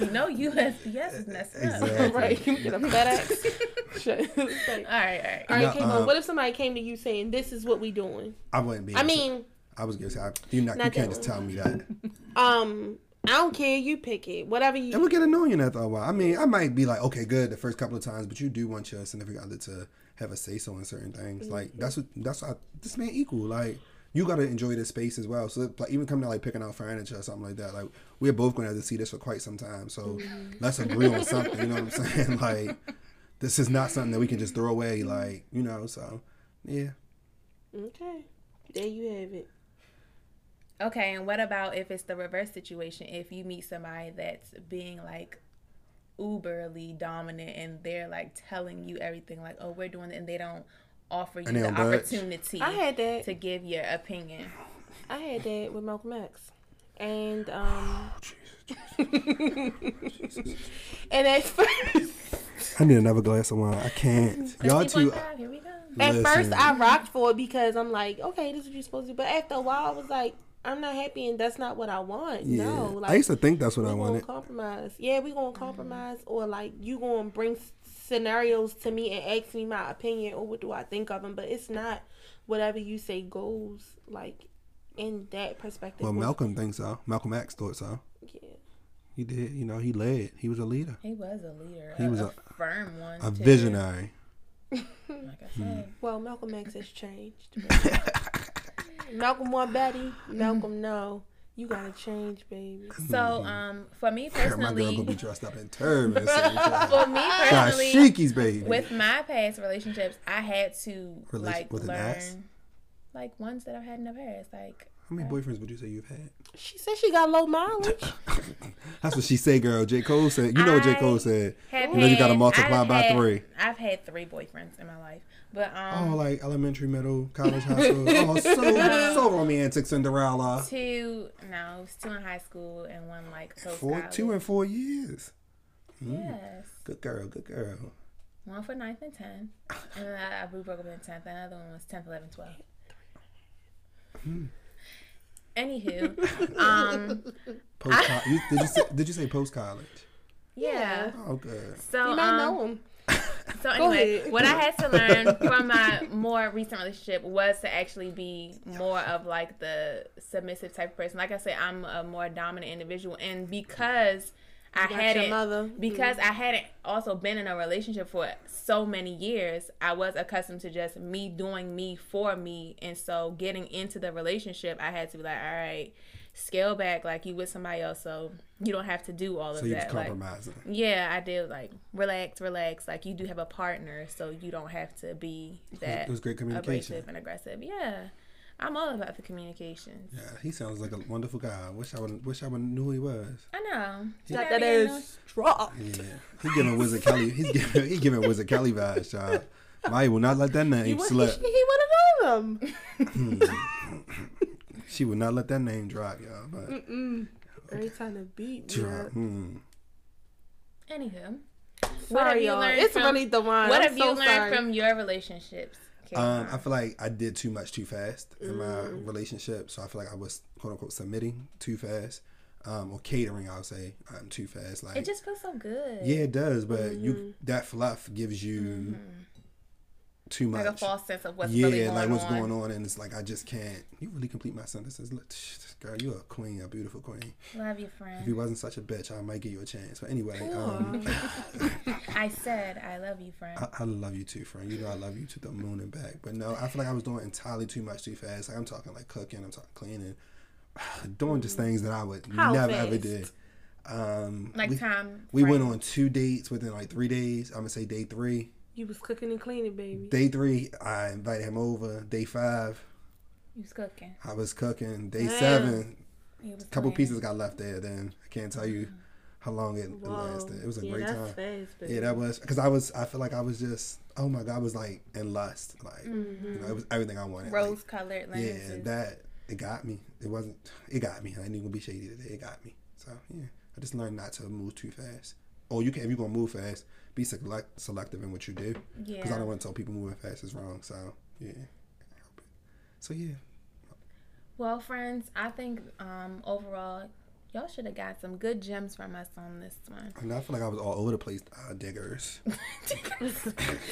Speaker 1: You know USPS is messing
Speaker 3: Exactly.
Speaker 1: up.
Speaker 2: right, you get a FedEx. Shit. Like,
Speaker 1: All right, all right.
Speaker 2: all right,
Speaker 3: Yeah,
Speaker 2: Kayvon,
Speaker 3: um,
Speaker 2: what if somebody came to you saying this is what we doing?
Speaker 3: I wouldn't be.
Speaker 2: I mean,
Speaker 3: I was gonna say I, you not, you
Speaker 2: Not
Speaker 3: can't
Speaker 2: that
Speaker 3: just tell me that.
Speaker 2: um, I don't care. You pick it. Whatever
Speaker 3: It
Speaker 2: you.
Speaker 3: would get annoying after a while. I mean, I might be like, okay, good the first couple of times, but you do want your significant other to have a say so in certain things.
Speaker 2: Mm-hmm.
Speaker 3: Like that's what that's what I, this man equal. Like you gotta enjoy this space as well. So like even coming to like picking out furniture or something like that. Like we're both gonna have to see this for quite some time. So
Speaker 2: Mm-hmm.
Speaker 3: let's agree on something. You know what I'm saying? Like this is not something that we can just throw
Speaker 2: Mm-hmm.
Speaker 3: away. Like you know. So yeah.
Speaker 2: Okay. There you have it.
Speaker 1: Okay, and what about if it's the reverse situation? If you meet somebody that's being like uberly dominant and they're like telling you everything, like, oh, we're doing it, and they don't offer you
Speaker 3: And they
Speaker 1: the
Speaker 3: don't budge.
Speaker 1: opportunity
Speaker 2: I had that.
Speaker 1: to give your opinion.
Speaker 2: I had that with Malcolm X. And um and at first
Speaker 3: I need another glass of wine. I can't.
Speaker 2: Mm-hmm.
Speaker 3: Y'all too.
Speaker 1: 50.5, Here we go.
Speaker 2: at first
Speaker 3: Listen.
Speaker 2: I rocked for it because I'm like, okay, this is what you're supposed to do. But after a while I was like, I'm not happy and that's not what I want.
Speaker 3: Yeah.
Speaker 2: No.
Speaker 3: I
Speaker 2: Like
Speaker 3: used to think that's what
Speaker 2: we
Speaker 3: I
Speaker 2: gonna
Speaker 3: wanted.
Speaker 2: compromise. Yeah, we gonna compromise or like you gonna bring s- scenarios to me and ask me my opinion or what do I think of them. But it's not whatever you say goes like in that perspective.
Speaker 3: Well,
Speaker 2: Or-
Speaker 3: Malcolm thinks so. Malcolm X thought so.
Speaker 2: yeah.
Speaker 3: He did. You know, he led. He was a leader,
Speaker 1: He was a leader.
Speaker 3: He
Speaker 1: a,
Speaker 3: was
Speaker 1: a
Speaker 3: a-
Speaker 1: firm one. too.
Speaker 3: a visionary.
Speaker 1: Like I said.
Speaker 2: Well, Malcolm X has changed. Malcolm want Betty. Malcolm no. You gotta change, baby.
Speaker 1: So, um, for me
Speaker 3: My girl gonna be
Speaker 1: personally,
Speaker 3: dressed up in turbans. and
Speaker 1: for me personally,
Speaker 3: Dashikis, baby.
Speaker 1: with my past relationships, I had to
Speaker 3: Relation-
Speaker 1: like
Speaker 3: with an ass?
Speaker 1: learn, like ones that I've had in the past. Like
Speaker 3: How many boyfriends would you say you've had?
Speaker 2: She said she got low mileage.
Speaker 3: That's what she say, girl. J Cole said. You know what J Cole
Speaker 1: I
Speaker 3: said.
Speaker 1: have
Speaker 3: You know you gotta
Speaker 1: had-
Speaker 3: multiply
Speaker 1: I've
Speaker 3: by
Speaker 1: had-
Speaker 3: three.
Speaker 1: I've had three boyfriends in my life, but
Speaker 3: Oh,
Speaker 1: um,
Speaker 3: like elementary, middle, college, high school. Oh, so so romantic, Cinderella.
Speaker 1: two no, it was two in high school and one like post
Speaker 3: Four,
Speaker 1: college.
Speaker 3: two and four years.
Speaker 1: yes,
Speaker 3: Good girl. Good girl.
Speaker 1: one for ninth and ten, and then I, I we broke up in tenth. and Another one was tenth, eleven, twelve.
Speaker 3: Hmm.
Speaker 1: Anywho, um,
Speaker 3: Post you, did you say, did you say post college?
Speaker 1: yeah.
Speaker 3: Oh, good.
Speaker 1: So
Speaker 2: You
Speaker 1: um,
Speaker 2: might know him.
Speaker 1: So
Speaker 2: Go
Speaker 1: anyway,
Speaker 2: ahead.
Speaker 1: what I had to learn from my more recent relationship was to actually be more of like the submissive type of person. Like I said, I'm a more dominant individual, and because I
Speaker 2: got your
Speaker 1: hadn't
Speaker 2: mother. Mm-hmm.
Speaker 1: because I hadn't also been in a relationship for so many years, I was accustomed to just me doing me for me, and so getting into the relationship, I had to be like, all right, scale back, like you with somebody else, so you don't have to do all
Speaker 3: So
Speaker 1: of
Speaker 3: you was
Speaker 1: that. Like,
Speaker 3: compromising.
Speaker 1: yeah, I did. Like, relax, relax. Like, you do have a partner, so you don't have to be that
Speaker 3: it was great communication.
Speaker 1: abrasive and aggressive. Yeah, I'm all about the communications.
Speaker 3: Yeah, he sounds like a wonderful guy. Wish I would wish I would knew who he was.
Speaker 1: I know. You
Speaker 2: Got
Speaker 1: gotta
Speaker 2: that
Speaker 1: be in
Speaker 2: ass drop.
Speaker 3: Yeah, he giving Wizard Kelly. He's giving he giving Wizard Kelly vibes, child. Maya will not let that
Speaker 2: He
Speaker 3: name
Speaker 2: would
Speaker 3: slip.
Speaker 2: have known them.
Speaker 3: She will not let that name drop, y'all. But
Speaker 2: Every time to beat.
Speaker 3: drop.
Speaker 2: Yeah.
Speaker 3: Mm.
Speaker 1: the- Anywho, what have
Speaker 2: Sorry,
Speaker 1: you
Speaker 2: y'all.
Speaker 1: learned
Speaker 2: It's
Speaker 1: from-
Speaker 2: really the wine.
Speaker 1: what
Speaker 2: I'm
Speaker 1: have
Speaker 2: so
Speaker 1: you learned
Speaker 2: sorry.
Speaker 1: from your relationships?
Speaker 3: Um,
Speaker 1: Kayvon?
Speaker 3: I feel like I did too much too fast in my
Speaker 1: Mm.
Speaker 3: relationship, so I feel like I was quote unquote submitting too fast, um, or catering. I would say um, too fast. Like
Speaker 1: it just Mm-hmm. feels so good.
Speaker 3: yeah, it does, but you that fluff gives you too much.
Speaker 1: Mm-hmm. like a false sense of what's
Speaker 3: yeah,
Speaker 1: really going
Speaker 3: like what's
Speaker 1: on.
Speaker 3: going on, and it's like I just can't. You really complete my sentences. Look, girl, you a queen, a beautiful queen.
Speaker 1: Love you,
Speaker 3: If you
Speaker 1: friend.
Speaker 3: wasn't such a bitch, I might give you a chance. But anyway, um,
Speaker 1: I said I love you, friend.
Speaker 3: I, I love you too, friend. You know I love you to the moon and back. But no, I feel like I was doing entirely too much too fast. Like I'm talking like cooking, I'm talking cleaning, doing just things that I would
Speaker 2: How
Speaker 3: never ever
Speaker 2: fast?
Speaker 3: do. Um,
Speaker 1: Like
Speaker 3: we,
Speaker 1: time.
Speaker 3: we went
Speaker 1: frame.
Speaker 3: on two dates within like three days. I'm gonna say day three.
Speaker 2: You was cooking and cleaning, baby.
Speaker 3: Day three, I invited him over. Day five,
Speaker 1: You was cooking.
Speaker 3: I was cooking. Day
Speaker 2: Damn.
Speaker 3: seven,
Speaker 1: You was
Speaker 3: couple
Speaker 1: cleaning.
Speaker 3: pieces got left there. Then I can't tell you how long it
Speaker 2: Mm-hmm. Whoa.
Speaker 3: lasted. It was a
Speaker 2: yeah,
Speaker 3: great
Speaker 2: that's
Speaker 3: time.
Speaker 2: Fast, baby.
Speaker 3: Yeah, that was because I was. I feel like I was just. Oh my god, I was like in lust. Like
Speaker 1: Mm-hmm.
Speaker 3: you know, it
Speaker 2: Mm-hmm.
Speaker 3: was everything I wanted. Like,
Speaker 1: Rose colored lenses.
Speaker 3: yeah, that it got me. It wasn't. It got me. I didn't even be shady today. It got me. So yeah, I just learned not to move too fast. Or you can if you're gonna move fast, be select, selective in what you do. Because I
Speaker 1: yeah.
Speaker 3: don't want to tell people moving fast is wrong. So yeah, so yeah,
Speaker 1: Well, friends, I think um overall, y'all should have got some good gems from us on this one.
Speaker 3: and I feel like I was all over the place. Uh, diggers.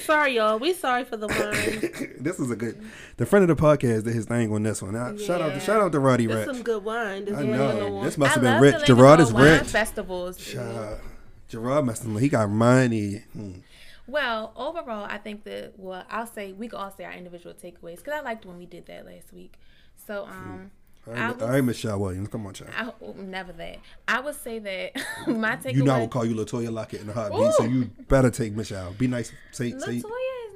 Speaker 2: Sorry, y'all. We sorry for the wine.
Speaker 3: this is a good. The friend of the podcast did his thing on this one. Now, Shout out to
Speaker 2: Yeah.
Speaker 3: shout out to Roddy
Speaker 2: There's
Speaker 3: Rich.
Speaker 2: some good wine. This
Speaker 3: I
Speaker 2: one
Speaker 3: know
Speaker 2: going on.
Speaker 3: this must have
Speaker 1: I
Speaker 3: been
Speaker 1: love
Speaker 3: rich.
Speaker 1: the
Speaker 3: Gerard
Speaker 1: Lincoln
Speaker 3: is
Speaker 1: Hall Wine
Speaker 3: rich.
Speaker 1: Festivals.
Speaker 3: Uh, Gerard must have. He got money. Hmm.
Speaker 1: Well, overall, I think that well, I'll say we can all say our individual takeaways because I liked when we did that last week. So um,
Speaker 3: All
Speaker 1: I
Speaker 3: right,
Speaker 1: was-
Speaker 3: all right, Michelle Williams. Come on, child.
Speaker 1: I oh, never that. I would say that my takeaway.
Speaker 3: You know I will call you Latoya Lockett in a heartbeat, so
Speaker 1: Ooh.
Speaker 3: you better take Michelle. Be nice. Say,
Speaker 1: Latoya
Speaker 3: say.
Speaker 1: is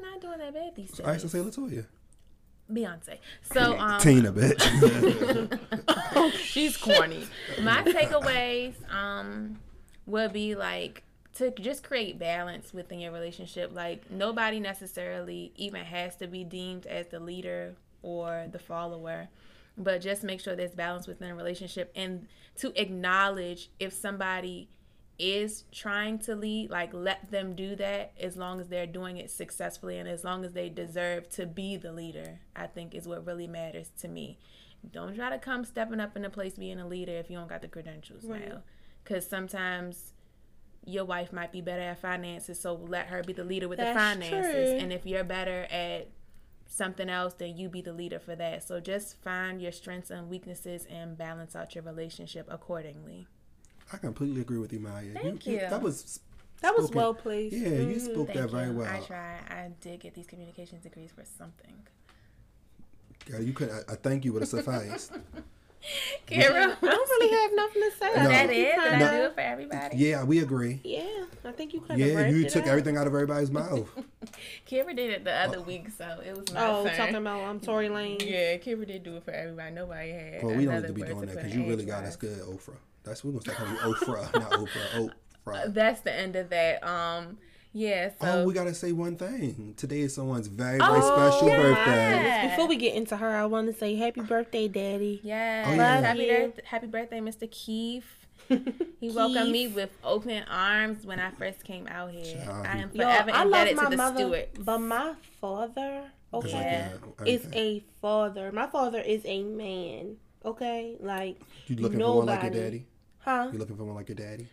Speaker 1: not doing that bad these days.
Speaker 3: I used to say Latoya.
Speaker 1: Beyonce. So um,
Speaker 3: Tina, bitch.
Speaker 1: she's corny. My takeaways um would be like to just create balance within your relationship. Like nobody necessarily even has to be deemed as the leader or the follower. But just make sure there's balance within a relationship and to acknowledge if somebody is trying to lead, like let them do that as long as they're doing it successfully and as long as they deserve to be the leader, I think is what really matters to me. Don't try to come stepping up in the place being a leader if you don't got the credentials now. Because sometimes your wife might be better at finances, so let her be the leader with
Speaker 2: That's
Speaker 1: the finances.
Speaker 2: true.
Speaker 1: And if you're better at something else, then you be the leader for that. So just find your strengths and weaknesses and balance out your relationship accordingly.
Speaker 3: I completely agree with you, Maya.
Speaker 1: Thank you.
Speaker 3: That was.
Speaker 2: That was
Speaker 3: spoken-
Speaker 2: well placed. Mm-hmm.
Speaker 3: Yeah, you spoke
Speaker 1: Thank
Speaker 3: that very
Speaker 1: you.
Speaker 3: well.
Speaker 1: I try. I did get these communications degrees for something.
Speaker 3: Girl, you could. I, I thank you would have sufficed.
Speaker 1: Kara,
Speaker 2: I don't really have nothing to say.
Speaker 3: No.
Speaker 1: that is.
Speaker 2: That is.
Speaker 1: Did
Speaker 3: No.
Speaker 1: I do it for everybody?
Speaker 3: yeah, we agree.
Speaker 2: Yeah, I think you kind of.
Speaker 3: Yeah, you took everything out of everybody's mouth.
Speaker 1: Kara did it the
Speaker 3: Uh,
Speaker 1: other week, so it was my
Speaker 2: Oh,
Speaker 1: turn.
Speaker 2: talking about um, Tory Lane.
Speaker 1: yeah, Kara did do it for everybody. Nobody had.
Speaker 3: Well, we don't need
Speaker 1: another
Speaker 3: to be
Speaker 1: word
Speaker 3: doing
Speaker 1: to
Speaker 3: that
Speaker 1: put
Speaker 3: because
Speaker 1: in
Speaker 3: you really got
Speaker 1: edgewise.
Speaker 3: us good, Ofra. That's we're gonna start calling you Ofra, not Oprah. Ofra.
Speaker 1: That's the end of that. Um, yeah. Uh, So
Speaker 3: Oh, we gotta say one thing. Today is someone's very, very
Speaker 2: Oh,
Speaker 3: special
Speaker 2: yeah.
Speaker 3: birthday.
Speaker 1: Yeah.
Speaker 2: Before we get into her, I want to say happy birthday, Daddy.
Speaker 1: Yes.
Speaker 3: Oh, yeah.
Speaker 1: Happy,
Speaker 2: Love you.
Speaker 1: birth- happy birthday, Mr. Keith. He welcomed me with open arms when I first came out here.
Speaker 3: Child,
Speaker 1: I am
Speaker 3: he-
Speaker 2: Yo,
Speaker 1: forever
Speaker 2: I love
Speaker 1: indebted
Speaker 2: my
Speaker 1: to the
Speaker 2: mother,
Speaker 1: steward.
Speaker 2: but my father,
Speaker 3: It's
Speaker 2: okay,
Speaker 3: like,
Speaker 1: Yeah.
Speaker 3: uh,
Speaker 2: is
Speaker 3: everything.
Speaker 2: a father. My father is a man, okay? Like,
Speaker 3: You looking for one like your
Speaker 2: nobody.
Speaker 3: daddy?
Speaker 2: huh?
Speaker 3: You looking for one like your daddy?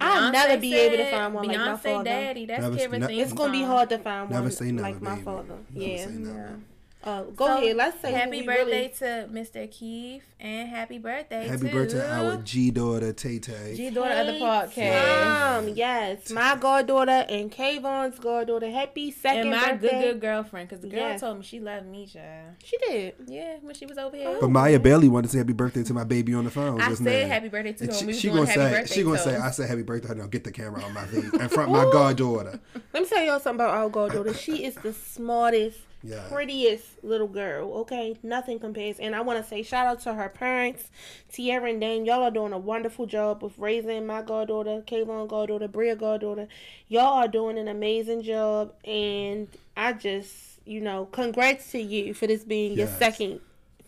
Speaker 2: I'll never
Speaker 1: Beyonce
Speaker 2: be able to
Speaker 1: said-
Speaker 2: find one like my
Speaker 1: Beyonce
Speaker 2: father.
Speaker 1: daddy. That's
Speaker 3: Never-
Speaker 1: Kira's
Speaker 3: ne-
Speaker 1: theme
Speaker 2: It's gonna be
Speaker 1: song.
Speaker 2: hard to find
Speaker 3: Never
Speaker 2: one
Speaker 3: say never,
Speaker 2: like my
Speaker 3: baby.
Speaker 2: father.
Speaker 3: Never
Speaker 2: yeah.
Speaker 3: say never.
Speaker 2: Uh, go
Speaker 1: So,
Speaker 2: ahead. Let's say who
Speaker 1: Happy
Speaker 2: we
Speaker 1: birthday
Speaker 2: Really,
Speaker 1: to Mr. Keith and happy birthday
Speaker 3: Happy
Speaker 1: to
Speaker 3: birthday to our G daughter Tay Tay.
Speaker 1: G Daughter of the
Speaker 2: Hey,
Speaker 1: Podcast.
Speaker 2: Mom, Um, yes, my goddaughter and Kayvon's goddaughter. Happy second
Speaker 1: And my
Speaker 2: birthday.
Speaker 1: good good girlfriend, because the girl
Speaker 2: Yes.
Speaker 1: told me she loved me, child.
Speaker 2: She did.
Speaker 1: Yeah, when she was over here.
Speaker 3: But Maya Bailey wanted to say happy birthday to my baby on the phone.
Speaker 1: I
Speaker 3: just
Speaker 1: said
Speaker 3: now.
Speaker 1: happy birthday to her.
Speaker 3: And
Speaker 1: when we
Speaker 3: she,
Speaker 1: was
Speaker 3: she
Speaker 1: doing
Speaker 3: gonna
Speaker 1: happy
Speaker 3: say,
Speaker 1: birthday
Speaker 3: she gonna
Speaker 1: to
Speaker 3: say,
Speaker 1: her.
Speaker 3: I said happy birthday to her. Now get the camera on my face in front of my goddaughter.
Speaker 2: Let me tell y'all something about our goddaughter. She is the smartest,
Speaker 3: Yeah.
Speaker 2: prettiest little girl. Okay, nothing compares. And I want to say shout out to her parents, Tierra and Dame. Y'all are doing a wonderful job with raising my goddaughter, Kayvon goddaughter, Bria goddaughter. Y'all are doing an amazing job, and I just, you know, congrats to you for this being
Speaker 3: Yes.
Speaker 2: your second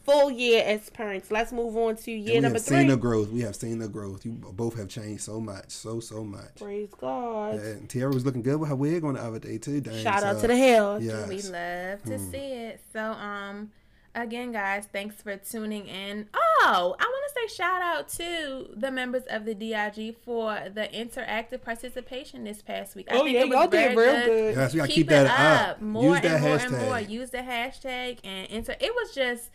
Speaker 2: full year as parents. Let's move on to year
Speaker 3: we
Speaker 2: number
Speaker 3: have seen
Speaker 2: three.
Speaker 3: the growth. We have seen the growth. You both have changed so much, so so much.
Speaker 2: Praise God.
Speaker 3: And Tiara was looking good with her wig on the other day too. Dang,
Speaker 2: Shout out
Speaker 3: so-
Speaker 2: to the hell.
Speaker 1: We
Speaker 3: Yes. Hmm.
Speaker 1: love to see it. So, um, again, guys, thanks for tuning in. Oh, I want to say shout out to the members of the DIG for the interactive participation this past week. I
Speaker 2: Oh
Speaker 1: think
Speaker 2: yeah,
Speaker 1: it was
Speaker 2: y'all did
Speaker 1: very
Speaker 2: real
Speaker 1: good.
Speaker 2: good.
Speaker 3: Yes, we gotta
Speaker 1: keep,
Speaker 3: keep,
Speaker 1: it
Speaker 3: that
Speaker 1: up,
Speaker 3: up.
Speaker 1: more
Speaker 3: Use that
Speaker 1: and more
Speaker 3: hashtag.
Speaker 1: and more. Use the hashtag and enter. It was just,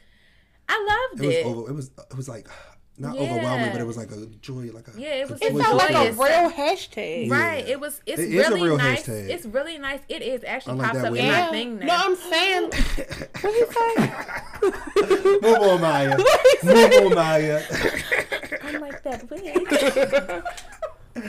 Speaker 1: I loved
Speaker 3: it
Speaker 1: it.
Speaker 3: was over. It was it was like not overwhelming,
Speaker 1: Yeah.
Speaker 3: but it was like a joy, like a
Speaker 1: Yeah, it was-
Speaker 3: a
Speaker 1: It
Speaker 2: It
Speaker 3: joy
Speaker 2: sounds
Speaker 1: felt
Speaker 2: like a
Speaker 1: joyous.
Speaker 3: fulfilled.
Speaker 2: real hashtag.
Speaker 1: Right,
Speaker 3: Yeah.
Speaker 1: it was. It's
Speaker 3: It is a
Speaker 1: really
Speaker 3: real
Speaker 1: nice.
Speaker 3: hashtag.
Speaker 1: It's really nice. It is
Speaker 3: I
Speaker 1: actually
Speaker 3: like
Speaker 1: pops
Speaker 3: that
Speaker 1: up
Speaker 3: way.
Speaker 1: in
Speaker 2: Yeah.
Speaker 1: my thing now.
Speaker 2: No, I'm saying. What you say?
Speaker 3: Move on, Maya. Move on, Maya.
Speaker 1: I'm like that. Wait.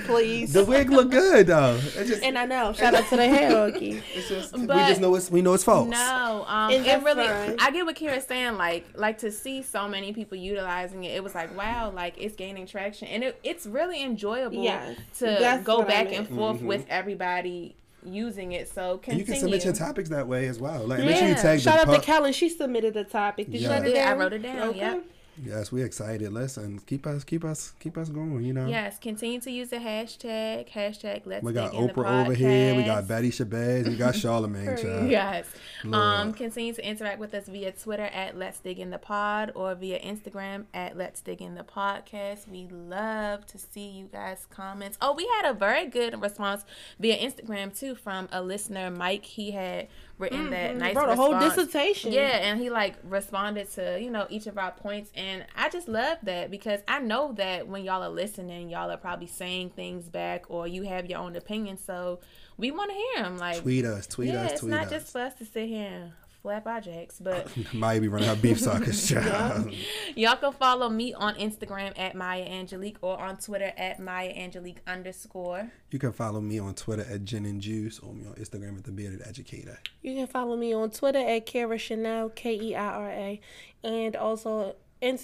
Speaker 2: please.
Speaker 3: The wig look good though. It's just,
Speaker 2: and I know. Shout out to the hierarchy.
Speaker 3: it's just we
Speaker 1: But-
Speaker 3: just know it's we know it's false.
Speaker 1: No, um,
Speaker 2: It's
Speaker 1: it really.
Speaker 2: different.
Speaker 1: I get what Kira's saying. Like, like to see so many people utilizing it, it was like, wow, like it's gaining traction, and it, it's really enjoyable
Speaker 2: Yes,
Speaker 1: to
Speaker 2: that's
Speaker 1: go
Speaker 2: what I
Speaker 1: back and
Speaker 2: meant.
Speaker 1: forth with everybody using it. So
Speaker 3: Mm-hmm. And
Speaker 1: continue.
Speaker 3: you can submit your topics that way as well. Like make sure you
Speaker 1: Yeah.
Speaker 3: tag
Speaker 2: Shout
Speaker 3: the
Speaker 2: out to
Speaker 3: pub-
Speaker 2: Kellen. She submitted a topic. Did
Speaker 3: Yeah.
Speaker 2: you write it
Speaker 1: Yeah, I
Speaker 2: down?
Speaker 1: wrote it down, yep.
Speaker 3: Yes, we excited. Listen, keep us keep us keep us going, you know.
Speaker 1: Yes, continue to use the hashtag. Hashtag. Let's.
Speaker 3: We got
Speaker 1: Dig In the
Speaker 3: Oprah over here. We got
Speaker 1: Podcast.
Speaker 3: Betty Shabazz. We got Charlamagne. child.
Speaker 1: Yes. Um,
Speaker 3: Lord.
Speaker 1: continue to interact with us via Twitter at Let's Dig in the Pod or via Instagram at Let's Dig in the Podcast. We love to see you guys' comments. Oh, we had a very good response via Instagram too from a listener, Mike. He had written that nice
Speaker 2: wrote Mm-hmm. a whole
Speaker 1: response.
Speaker 2: dissertation.
Speaker 1: Yeah, and he like responded to you know each of our points, and I just love that because I know that when y'all are listening, y'all are probably saying things back or you have your own opinion. So we want to hear them. Like
Speaker 3: Tweet us, tweet
Speaker 1: yeah,
Speaker 3: us,
Speaker 1: it's
Speaker 3: tweet
Speaker 1: not
Speaker 3: us.
Speaker 1: just for us to sit here and flap our jacks, but
Speaker 3: Might be running her beef sockets, child.
Speaker 1: y'all can follow me on Instagram at Maya Angelique or on Twitter at Maya Angelique underscore.
Speaker 3: You can follow me on Twitter at Jen and Juice or me on Instagram at The Bearded Educator.
Speaker 2: You can follow me on Twitter at Kara Chanel, K E I R A, and also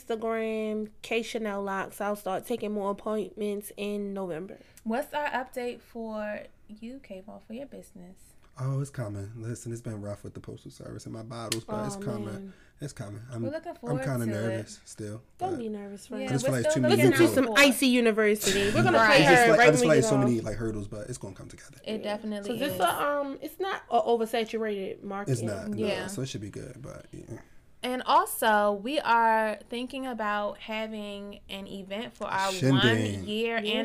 Speaker 2: Instagram, K Chanel Locks. I'll start taking more appointments in November.
Speaker 1: What's our update for you, Kayvon, for your business?
Speaker 3: Oh, it's coming. Listen, it's been rough with the postal service and my bottles, but it's
Speaker 2: Aw,
Speaker 3: coming.
Speaker 2: man.
Speaker 3: It's coming. I'm,
Speaker 1: We're looking
Speaker 3: I'm
Speaker 1: forward
Speaker 3: kind of
Speaker 1: to
Speaker 3: nervous still.
Speaker 2: Don't
Speaker 3: but-
Speaker 2: be nervous, friend.
Speaker 1: Yeah,
Speaker 3: just feel
Speaker 1: we're
Speaker 3: like
Speaker 1: still
Speaker 3: too many
Speaker 1: looking
Speaker 2: Listen to
Speaker 1: out
Speaker 3: people.
Speaker 2: some
Speaker 1: for it.
Speaker 2: icy university. We're gonna
Speaker 1: Right.
Speaker 2: play
Speaker 1: It's
Speaker 3: It's
Speaker 2: her right
Speaker 3: just like, I
Speaker 2: when
Speaker 3: just
Speaker 2: we
Speaker 3: feel like
Speaker 2: get
Speaker 3: so
Speaker 2: off.
Speaker 3: many like hurdles, but it's gonna come together.
Speaker 1: It definitely
Speaker 2: So
Speaker 1: is.
Speaker 2: this a, um, it's not an oversaturated market.
Speaker 3: It's not. no,
Speaker 1: Yeah.
Speaker 3: so it should be good. But yeah.
Speaker 1: and also, we are thinking about having an event for our one
Speaker 3: Shindig.
Speaker 1: year
Speaker 2: Yeah.
Speaker 3: What y'all say?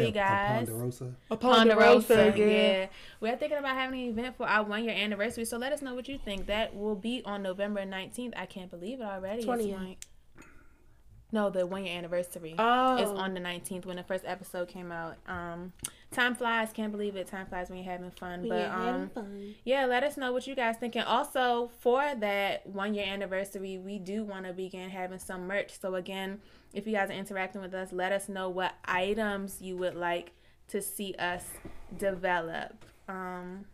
Speaker 1: anniversary,
Speaker 3: a- a
Speaker 1: guys.
Speaker 3: Ponderosa?
Speaker 2: A
Speaker 1: Ponderosa.
Speaker 2: Ponderosa,
Speaker 1: Yeah.
Speaker 2: yeah.
Speaker 1: We're thinking about having an event for our one year anniversary. So let us know what you think. That will be on November 19th. I can't believe it already. It's
Speaker 2: 20th.
Speaker 1: like- No, the one year anniversary
Speaker 2: Oh.
Speaker 1: is on the 19th when the first episode came out. Um, time flies. Can't believe it. Time flies when you're having fun.
Speaker 2: We
Speaker 1: but
Speaker 2: ain't having
Speaker 1: um,
Speaker 2: fun.
Speaker 1: yeah, let us know what you guys think. And also, for that one year anniversary, we do want to begin having some merch. So, again, if you guys are interacting with us, let us know what items you would like to see us develop. Um,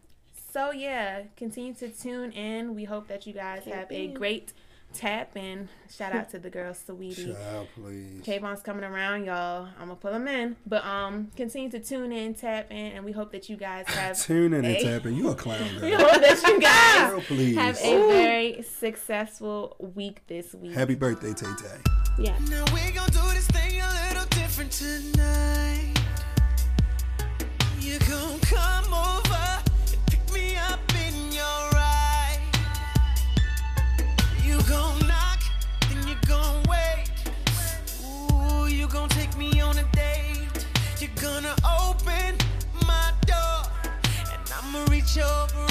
Speaker 1: so, yeah, continue to tune in. We hope that you guys have a great tap in. Shout out to the girl, Sweetie.
Speaker 3: Child, please.
Speaker 1: Kayvon's coming around, y'all. I'm gonna pull him in, but um, continue to tune in, tap in, and we hope that you guys have
Speaker 3: Tune in and
Speaker 1: Hey.
Speaker 3: tap in. You a clown,
Speaker 1: we
Speaker 3: girl.
Speaker 1: hope that you guys
Speaker 3: Girl, please.
Speaker 1: have a very successful week this week.
Speaker 3: Happy birthday, Tay Tay.
Speaker 2: Yeah.
Speaker 4: Now we gon' do this thing a little different tonight. You gon' come over and pick me up in your ride. You gon' knock, then you gon' wait. Ooh, you gon' take me on a date. You're gonna open my door, and I'ma reach over